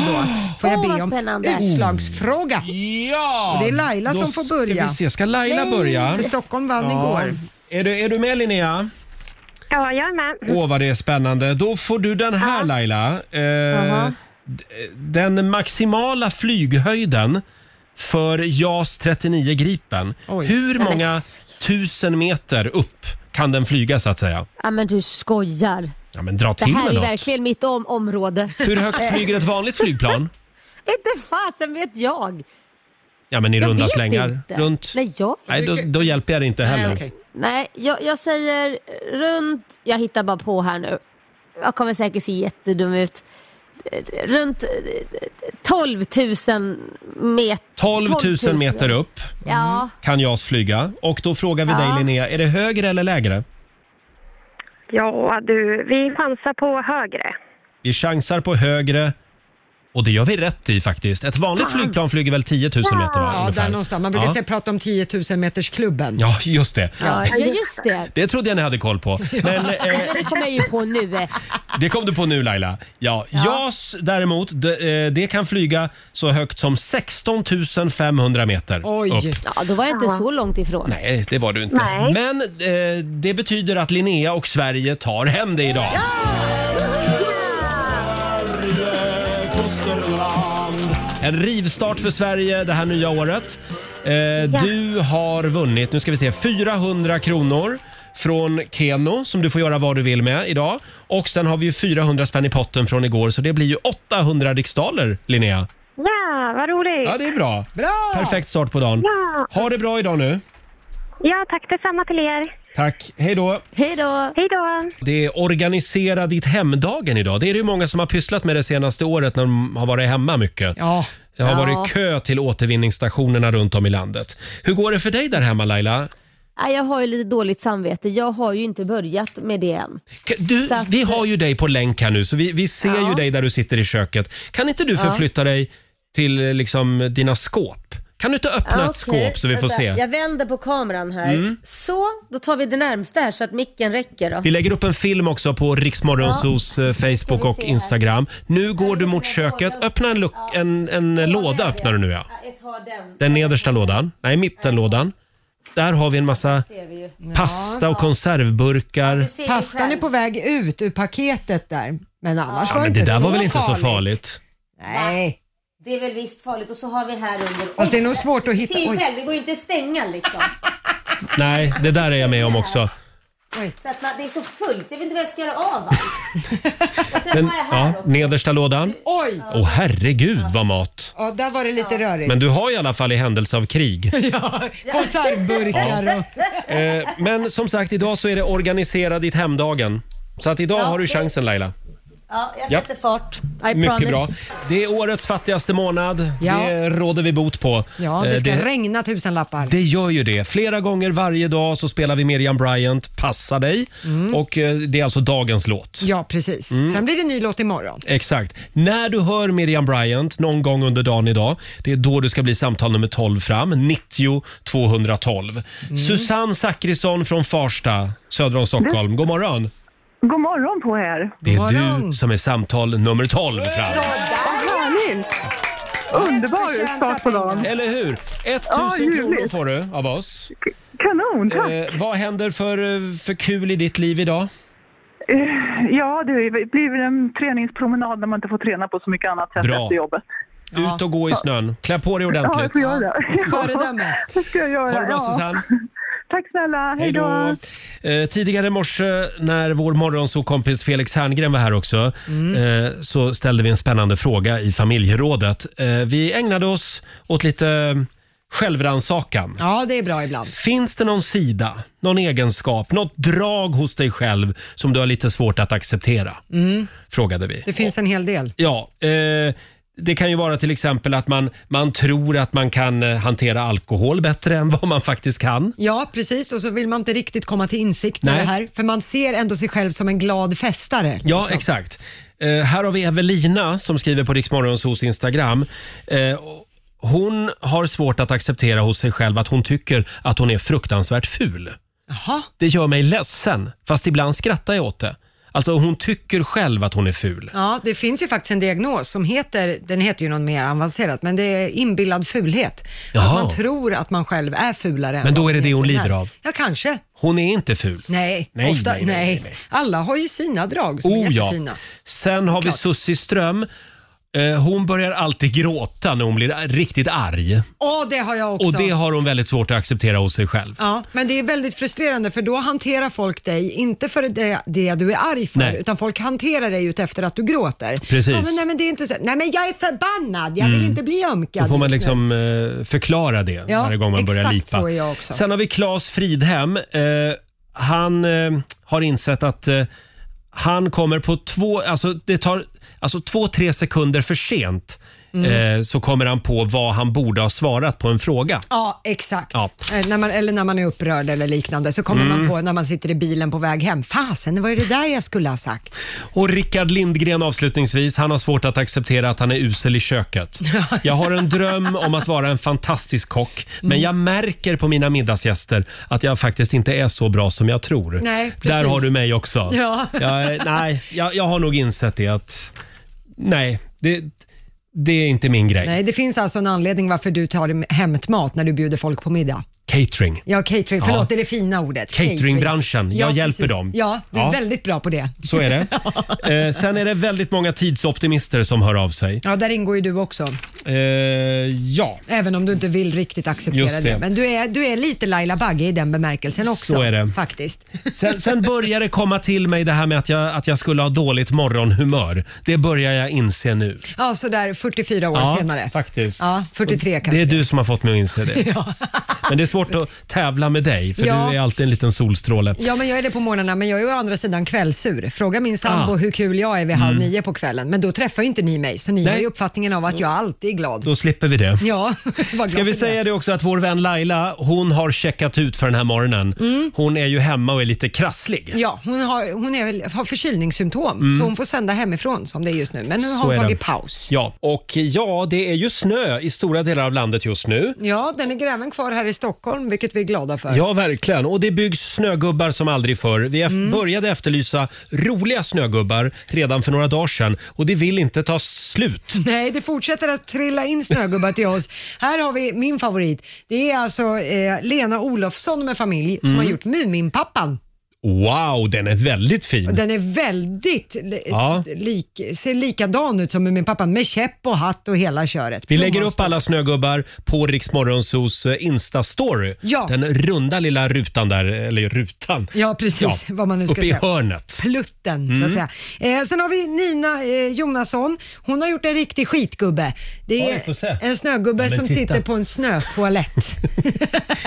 Speaker 2: Får jag
Speaker 8: Åh,
Speaker 2: be
Speaker 8: vad
Speaker 2: om
Speaker 8: spännande. Mm.
Speaker 2: utslagsfråga.
Speaker 1: Ja!
Speaker 2: Och det är Laila
Speaker 1: Då
Speaker 2: som får
Speaker 1: ska
Speaker 2: börja.
Speaker 1: vi se. Ska Laila börja?
Speaker 2: För Stockholm vann
Speaker 1: Ja.
Speaker 2: igår.
Speaker 1: Är du, är du med Linnea?
Speaker 15: Ja, jag är med.
Speaker 1: Åh, vad det är spännande. Då får du den här Laila. Eh,
Speaker 15: Jaha.
Speaker 1: d- den maximala flyghöjden för JAS 39 Gripen. Hur
Speaker 8: Nej,
Speaker 1: många tusen meter upp kan den flyga så att säga?
Speaker 8: Ja, men du skojar.
Speaker 1: Ja, men dra
Speaker 8: Det
Speaker 1: till
Speaker 8: här
Speaker 1: med
Speaker 8: är
Speaker 1: något.
Speaker 8: verkligen mitt om område.
Speaker 1: Hur högt flyger ett vanligt flygplan?
Speaker 8: Inte fasen vet jag.
Speaker 1: Ja, men i
Speaker 8: Jag
Speaker 1: runda
Speaker 8: vet
Speaker 1: slängar.
Speaker 8: inte.
Speaker 1: Runt.
Speaker 8: Nej, jag
Speaker 1: Nej, då, då hjälper jag dig inte
Speaker 2: Ah,
Speaker 1: heller.
Speaker 8: Nej, jag, jag säger runt... Jag hittar bara på här nu. Jag kommer säkert se jättedum ut. Runt eh, 12 000 meter.
Speaker 1: 12 000 meter upp
Speaker 8: Ja.
Speaker 1: kan JAS flyga. Och då frågar vi dig
Speaker 15: Ja.
Speaker 1: Linnea, är det högre eller lägre?
Speaker 15: Ja, du, vi chansar på högre.
Speaker 1: Vi chansar på högre. Och det gör vi rätt i faktiskt. Ett vanligt
Speaker 2: Fan.
Speaker 1: flygplan flyger väl 10 000 meter? Va,
Speaker 2: Ah. Ja,
Speaker 1: ungefär.
Speaker 2: där någonstans. Man brukar
Speaker 1: Ja.
Speaker 2: säga prata om 10 000 meters klubben.
Speaker 1: Ja, just det.
Speaker 8: Ja, ja, just det.
Speaker 1: Det trodde jag ni hade koll på. Men eh,
Speaker 8: Det kommer jag ju på nu. eh.
Speaker 1: det kom du på nu Laila. Ja, JAS däremot, det, eh, det kan flyga så högt som 16 500 meter upp.
Speaker 8: Ja, då var jag inte så långt ifrån.
Speaker 1: Nej, det var du inte.
Speaker 8: Nej.
Speaker 1: Men eh, det betyder att Linnea och Sverige tar hem det idag. En rivstart för Sverige det här nya året. Eh, Du har vunnit, nu ska vi se, 400 kronor från Keno som du får göra vad du vill med idag. Och sen har vi ju 400 spänn i potten från igår så det blir ju 800 riksdaler Linnea.
Speaker 15: Ja, vad roligt.
Speaker 1: Ja, det är bra.
Speaker 2: Bra!
Speaker 1: Perfekt start på dagen.
Speaker 15: Ja.
Speaker 1: Ha det bra idag nu.
Speaker 15: Ja, tack detsamma till er.
Speaker 1: Tack, hej då.
Speaker 8: Hej då!
Speaker 15: Hej då!
Speaker 1: Det är organisera ditt hemdagen idag. Det är det ju många som har pysslat med det senaste året när de har varit hemma mycket.
Speaker 2: Ja.
Speaker 1: Det har
Speaker 8: Ja.
Speaker 1: varit kö till återvinningsstationerna runt om i landet. Hur går det för dig där hemma Laila?
Speaker 8: Nej, jag har ju lite dåligt samvete. Jag har ju inte börjat med det än.
Speaker 1: Ka- Du,
Speaker 8: Så att-
Speaker 1: vi har ju dig på länk här nu så vi, vi ser
Speaker 8: Ja.
Speaker 1: ju dig där du sitter i köket. Kan inte du
Speaker 8: Ja.
Speaker 1: förflytta dig till eh, liksom, dina skåp? Kan du inte öppna
Speaker 8: Ja,
Speaker 1: ett
Speaker 8: okej.
Speaker 1: skåp så vi får
Speaker 8: Vänta, Jag
Speaker 1: se?
Speaker 8: vänder på kameran här.
Speaker 1: Mm.
Speaker 8: Så, då tar vi det närmsta här så att micken räcker då.
Speaker 1: Vi lägger upp en film också på Riksmorgonsos eh, Facebook och Instagram. Nu går du mot köket. Öppna en, luck, en, en eh, låda öppnar du nu ja.
Speaker 8: Jag tar den.
Speaker 1: Den nedersta lådan. Nej, mittenlådan. Där har vi en massa
Speaker 8: ser vi ju.
Speaker 1: pasta och konservburkar.
Speaker 2: Pastan är på väg ut ur paketet där. Men annars
Speaker 1: Ja,
Speaker 2: var
Speaker 1: men
Speaker 2: det
Speaker 1: det
Speaker 2: inte
Speaker 1: där
Speaker 2: så
Speaker 1: var väl inte så
Speaker 2: farligt.
Speaker 1: farligt?
Speaker 2: Nej.
Speaker 8: Det är väl visst farligt och så har vi här under.
Speaker 2: Fast det är nog svårt att hitta-
Speaker 8: Se
Speaker 2: oj.
Speaker 8: själv, det går ju inte att stänga liksom.
Speaker 1: Nej, det där är jag med om också.
Speaker 8: Så att man, det är så fullt, jag vet inte vad jag ska göra av allt. Och sen
Speaker 1: Den,
Speaker 8: har jag här
Speaker 1: ja,
Speaker 8: också.
Speaker 1: nedersta lådan.
Speaker 2: Oj!
Speaker 1: Åh herregud vad mat.
Speaker 2: Ja, där var det lite rörigt.
Speaker 1: Men du har i alla fall i händelse av krig.
Speaker 2: Ja, konservburkar
Speaker 1: Ja.
Speaker 2: och...
Speaker 1: Eh, men som sagt, idag så är det organisera ditt hemdagen. Så att idag
Speaker 8: Ja,
Speaker 1: har du
Speaker 8: det-
Speaker 1: chansen Laila.
Speaker 8: Ja, jag
Speaker 1: Ja.
Speaker 8: sätter fart. I
Speaker 1: Mycket
Speaker 8: promise.
Speaker 1: bra. Det är årets fattigaste månad.
Speaker 8: Ja.
Speaker 1: Det råder vi bot på.
Speaker 2: Ja, det
Speaker 1: Eh,
Speaker 2: ska regna tusen lappar.
Speaker 1: Det gör ju det. Flera gånger varje dag så spelar vi Miriam Bryant, Passa dig.
Speaker 14: Mm.
Speaker 1: Och eh, det är alltså dagens låt.
Speaker 2: Ja, precis.
Speaker 1: Mm.
Speaker 2: Sen blir det ny låt imorgon.
Speaker 1: Exakt. När du hör Miriam Bryant någon gång under dagen idag, det är då du ska bli samtal nummer 12 fram. 90 212.
Speaker 14: Mm.
Speaker 1: Susanne Zachrisson från Farsta, söder om Stockholm. God morgon.
Speaker 14: God morgon på er!
Speaker 1: Det är du som är samtal nummer 12 fram.
Speaker 14: Vad härligt! Underbar start på dagen.
Speaker 1: Eller hur? 1000
Speaker 14: Ja, ljuvligt.
Speaker 1: kronor får du av oss.
Speaker 14: Kanon, tack!
Speaker 1: Eh, vad händer för, eh, för kul i ditt liv idag?
Speaker 14: Eh, Ja, det blir väl en träningspromenad när man inte får träna på så mycket annat sätt
Speaker 1: Bra.
Speaker 14: efter jobbet.
Speaker 1: Ut och gå i snön. Klä på dig
Speaker 14: Ja, jag
Speaker 1: ordentligt.
Speaker 14: får göra det.
Speaker 2: Föredöme.
Speaker 14: Det ska jag göra.
Speaker 1: Ha det bra,
Speaker 14: ja.
Speaker 1: Susanne.
Speaker 14: Tack snälla, hej då!
Speaker 1: Eh, tidigare i morse när vår morgonsåkompis Felix Herngren var här också
Speaker 14: Mm.
Speaker 1: eh, så ställde vi en spännande fråga i familjerådet. Eh, vi ägnade oss åt lite självrannsakan.
Speaker 2: Ja, det är bra ibland.
Speaker 1: Finns det någon sida, någon egenskap, något drag hos dig själv som du har lite svårt att acceptera?
Speaker 2: Mm.
Speaker 1: Frågade vi.
Speaker 2: Det finns en hel del.
Speaker 1: Ja, eh, det kan ju vara till exempel att man, man tror att man kan eh, hantera alkohol bättre än vad man faktiskt kan.
Speaker 2: Ja, precis. Och så vill man inte riktigt komma till insikt med
Speaker 1: Nej.
Speaker 2: det här. För man ser ändå sig själv som en glad festare.
Speaker 1: Ja,
Speaker 2: liksom.
Speaker 1: exakt. Eh, här har vi Evelina som skriver på Riksmorgonsos Instagram. Eh, hon har svårt att acceptera hos sig själv att hon tycker att hon är fruktansvärt ful.
Speaker 2: Jaha.
Speaker 1: Det gör mig ledsen, fast ibland skrattar jag åt det. Alltså hon tycker själv att hon är ful.
Speaker 2: Ja, det finns ju faktiskt en diagnos som heter, den heter ju något mer avancerat, men det är inbillad fulhet. Att
Speaker 1: Jaha.
Speaker 2: man tror att man själv är fulare. än
Speaker 1: Men då
Speaker 2: vad
Speaker 1: är det det hon
Speaker 2: egentligen
Speaker 1: lider
Speaker 2: är.
Speaker 1: av.
Speaker 2: Ja, kanske.
Speaker 1: Hon är inte ful.
Speaker 2: Nej,
Speaker 1: Nej,
Speaker 2: ofta,
Speaker 1: nej,
Speaker 2: nej,
Speaker 1: nej,
Speaker 2: Alla har ju sina drag som är
Speaker 1: Oh, ja.
Speaker 2: jättefina.
Speaker 1: Sen har vi Sussi Ström. Eh, hon börjar alltid gråta när hon blir riktigt arg.
Speaker 2: Ja, det har jag också.
Speaker 1: Och det har hon väldigt svårt att acceptera hos sig själv.
Speaker 2: Ja, men det är väldigt frustrerande för då hanterar folk dig, inte för det, det du är arg för,
Speaker 1: Nej.
Speaker 2: utan folk hanterar dig ut efter att du gråter.
Speaker 1: Precis.
Speaker 2: Ja, men, nej, men det är inte så. Nej, men jag är förbannad, jag vill
Speaker 1: Mm.
Speaker 2: inte bli ömkad.
Speaker 1: Då får man
Speaker 2: just nu.
Speaker 1: liksom eh, förklara det
Speaker 2: Ja,
Speaker 1: varje gång man börjar
Speaker 2: exakt
Speaker 1: lipa.
Speaker 2: så är jag också.
Speaker 1: Sen har vi Claes Fridhem. Eh, han eh, har insett att eh, han kommer på två, alltså det tar alltså två, tre sekunder för sent
Speaker 2: Mm.
Speaker 1: eh, så kommer han på vad han borde ha svarat på en fråga.
Speaker 2: Ja, exakt.
Speaker 1: Ja.
Speaker 2: Eh, när man, eller när man är upprörd eller liknande så kommer
Speaker 1: Mm.
Speaker 2: man på när man sitter i bilen på väg hem. Fasen, det var ju det där jag skulle ha sagt.
Speaker 1: Och Rickard Lindgren avslutningsvis, han har svårt att acceptera att han är usel i köket. Jag har en dröm om att vara en fantastisk kock, men
Speaker 2: Mm.
Speaker 1: jag märker på mina middagsgäster att jag faktiskt inte är så bra som jag tror.
Speaker 2: Nej,
Speaker 1: Där
Speaker 2: precis.
Speaker 1: har du mig också.
Speaker 2: Ja.
Speaker 1: Jag, nej, jag, jag har nog insett det att, nej, det, det är inte min grej.
Speaker 2: Nej, det finns alltså en anledning varför du tar hämtmat när du bjuder folk på middag.
Speaker 1: Catering.
Speaker 2: Ja, catering.
Speaker 1: Ja.
Speaker 2: Förlåt, det är det fina ordet.
Speaker 1: Cateringbranschen. Jag hjälper
Speaker 2: precis.
Speaker 1: dem.
Speaker 2: Ja, du är
Speaker 1: Ja.
Speaker 2: väldigt bra på det.
Speaker 1: Så är det. Eh, sen är det väldigt många tidsoptimister som hör av sig.
Speaker 2: Ja, där ingår ju du också.
Speaker 1: Eh, ja.
Speaker 2: Även om du inte vill riktigt acceptera
Speaker 1: Just
Speaker 2: det.
Speaker 1: det.
Speaker 2: Men du är, du är lite Laila Bagge i den bemärkelsen också.
Speaker 1: Så är det.
Speaker 2: Faktiskt.
Speaker 1: Sen, sen börjar det komma till mig det här med att jag, att jag skulle ha dåligt morgonhumör. Det börjar jag inse nu.
Speaker 2: Ja, sådär 44 år senare.
Speaker 1: faktiskt.
Speaker 2: Ja, 43 kanske.
Speaker 1: Det är du som har fått mig att inse det.
Speaker 2: Ja.
Speaker 1: Men det är svårt att tävla med dig för
Speaker 2: Ja.
Speaker 1: du är alltid en liten solstråle.
Speaker 2: Ja, men jag är det på morgnarna, men jag är å andra sidan kvällsur. Fråga min sambo
Speaker 1: Ah.
Speaker 2: hur kul jag är vid halv
Speaker 1: Mm.
Speaker 2: nio på kvällen, men då träffar ju inte ni mig, så ni
Speaker 1: Nej.
Speaker 2: har ju uppfattningen av att jag alltid är glad.
Speaker 1: Då slipper vi det.
Speaker 2: Ja, var
Speaker 1: Ska
Speaker 2: glad
Speaker 1: vi
Speaker 2: för det.
Speaker 1: säga det också att vår vän Laila, hon har checkat ut för den här morgonen. Hon är ju hemma och är lite krasslig.
Speaker 2: Mm. Ja, hon har, hon är, väl- har förkylningssymptom,
Speaker 1: Mm.
Speaker 2: så hon får sända hemifrån som det är just nu. Men nu har
Speaker 1: Så
Speaker 2: hon
Speaker 1: är
Speaker 2: tagit
Speaker 1: det.
Speaker 2: paus.
Speaker 1: Ja, och ja, det är ju snö i stora delar av landet just nu.
Speaker 2: Ja, den är gräven kvar här i Stockholm, vilket vi är glada för.
Speaker 1: Ja, verkligen. Och det byggs snögubbar som aldrig förr. Vi eff-
Speaker 2: Mm.
Speaker 1: började efterlysa roliga snögubbar redan för några dagar sedan och det vill inte ta slut.
Speaker 2: Nej, det fortsätter att trilla in snögubbar till oss. Här har vi min favorit. Det är alltså eh, Lena Olofsson med familj som
Speaker 1: Mm.
Speaker 2: har gjort Muminpappan.
Speaker 1: Wow, den är väldigt fin.
Speaker 2: Och den är väldigt li-
Speaker 1: Ja.
Speaker 2: lik, ser likadan ut som med min pappa med käpp och hatt och hela köret.
Speaker 1: Vi lägger upp alla snögubbar på Riksmorgonsos eh, Insta-story.
Speaker 2: Ja.
Speaker 1: Den runda lilla rutan där, eller rutan.
Speaker 2: Ja, precis. Vad man nu ska
Speaker 1: uppe
Speaker 2: säga.
Speaker 1: i hörnet.
Speaker 2: Plutten, så
Speaker 1: Mm.
Speaker 2: att säga. Eh, sen har vi Nina eh, Jonasson. Hon har gjort en riktig skitgubbe. Det är
Speaker 1: Oj, får se.
Speaker 2: en snögubbe
Speaker 1: Ja, men
Speaker 2: som
Speaker 1: titta.
Speaker 2: sitter på en snötoalett.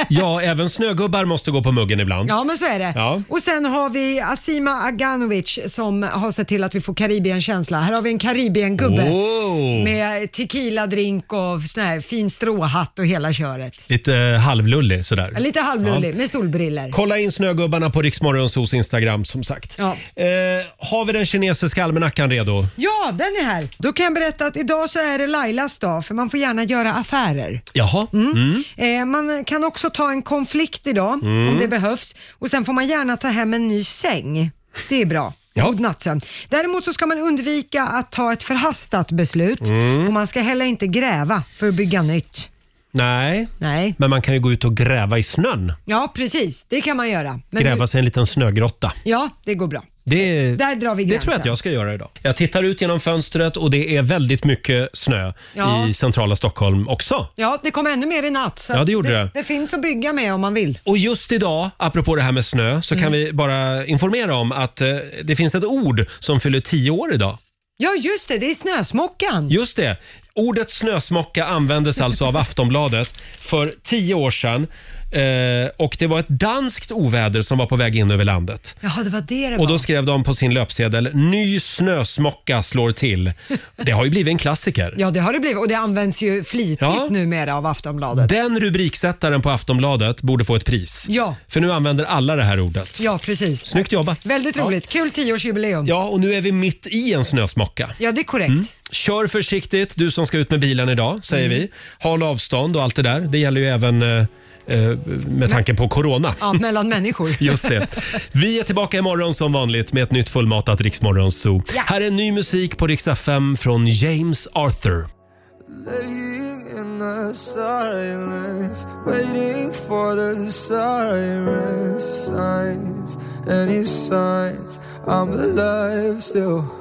Speaker 1: Ja, även snögubbar måste gå på muggen ibland.
Speaker 2: Ja, men så är det.
Speaker 1: Ja.
Speaker 2: Och sen har vi Asima Aganovic som har sett till att vi får Karibien-känsla. Här har vi en Karibien-gubbe
Speaker 1: Oh.
Speaker 2: med tequila-drink och sån här fin stråhatt och hela köret.
Speaker 1: Lite eh, halvlullig sådär.
Speaker 2: Lite halvlullig
Speaker 1: Ja.
Speaker 2: med solbriller.
Speaker 1: Kolla in snögubbarna på Riksmorgonsos Instagram som sagt.
Speaker 2: Ja.
Speaker 1: Eh, har vi den kinesiska almanackan redo?
Speaker 2: Ja, den är här. Då kan jag berätta att idag så är det Lailas dag, för man får gärna göra affärer.
Speaker 1: Jaha. Mm.
Speaker 2: Eh, man kan också ta en konflikt idag
Speaker 1: Mm.
Speaker 2: om det behövs och sen får man gärna ta hem en ny säng. Det är bra. God nattsömn. Däremot så ska man undvika att ta ett förhastat beslut
Speaker 1: Mm.
Speaker 2: och man ska heller inte gräva för att bygga nytt.
Speaker 1: Nej.
Speaker 2: Nej.
Speaker 1: Men man kan ju gå ut och gräva i snön.
Speaker 2: Ja, precis. Det kan man göra. Men
Speaker 1: Gräva sig en liten snögrotta.
Speaker 2: ja, det går bra.
Speaker 1: Det,
Speaker 2: Där drar vi
Speaker 1: det
Speaker 2: gränsen.
Speaker 1: tror jag att jag ska göra idag. Jag tittar ut genom fönstret och det är väldigt mycket snö
Speaker 2: Ja.
Speaker 1: i centrala Stockholm också.
Speaker 2: Ja, det kom ännu mer i natt. så
Speaker 1: Ja, det gjorde
Speaker 2: det.
Speaker 1: det.
Speaker 2: Det finns att bygga med om man vill.
Speaker 1: Och just idag, apropå det här med snö, så kan
Speaker 2: Mm.
Speaker 1: vi bara informera om att eh, det finns ett ord som fyller tio år idag.
Speaker 2: Ja, just det. Det är snösmockan.
Speaker 1: Just det. Ordet snösmocka användes alltså av Aftonbladet för tio år sedan. Eh, och det var ett danskt oväder som var på väg in över landet.
Speaker 2: Jaha, det var det det var.
Speaker 1: Och då skrev de på sin löpsedel “Ny snösmocka slår till”. Det har ju blivit en klassiker.
Speaker 2: Ja, det har det blivit och det används ju flitigt
Speaker 1: Ja.
Speaker 2: numera av Aftonbladet.
Speaker 1: Den rubriksättaren på Aftonbladet borde få ett pris.
Speaker 2: Ja.
Speaker 1: För nu använder alla det här ordet.
Speaker 2: Ja, precis.
Speaker 1: Snyggt jobbat.
Speaker 2: Väldigt roligt. Kul tioårsjubileum.
Speaker 1: Ja, och nu är vi mitt i en snösmocka.
Speaker 2: Ja, det är korrekt.
Speaker 1: Mm. Kör försiktigt, du som ska ut med bilen idag, säger
Speaker 2: Mm.
Speaker 1: vi. Håll avstånd och allt det där. Det gäller ju även eh, eh, med tanke på corona.
Speaker 2: Ja, mellan människor.
Speaker 1: Just det. Vi är tillbaka imorgon som vanligt med ett nytt fullmatat Riksmorgonzoo.
Speaker 2: Ja.
Speaker 1: Här är ny musik på Rix FM från James Arthur.
Speaker 12: in the silence, waiting for the sirens, signs, any signs. I'm alive still.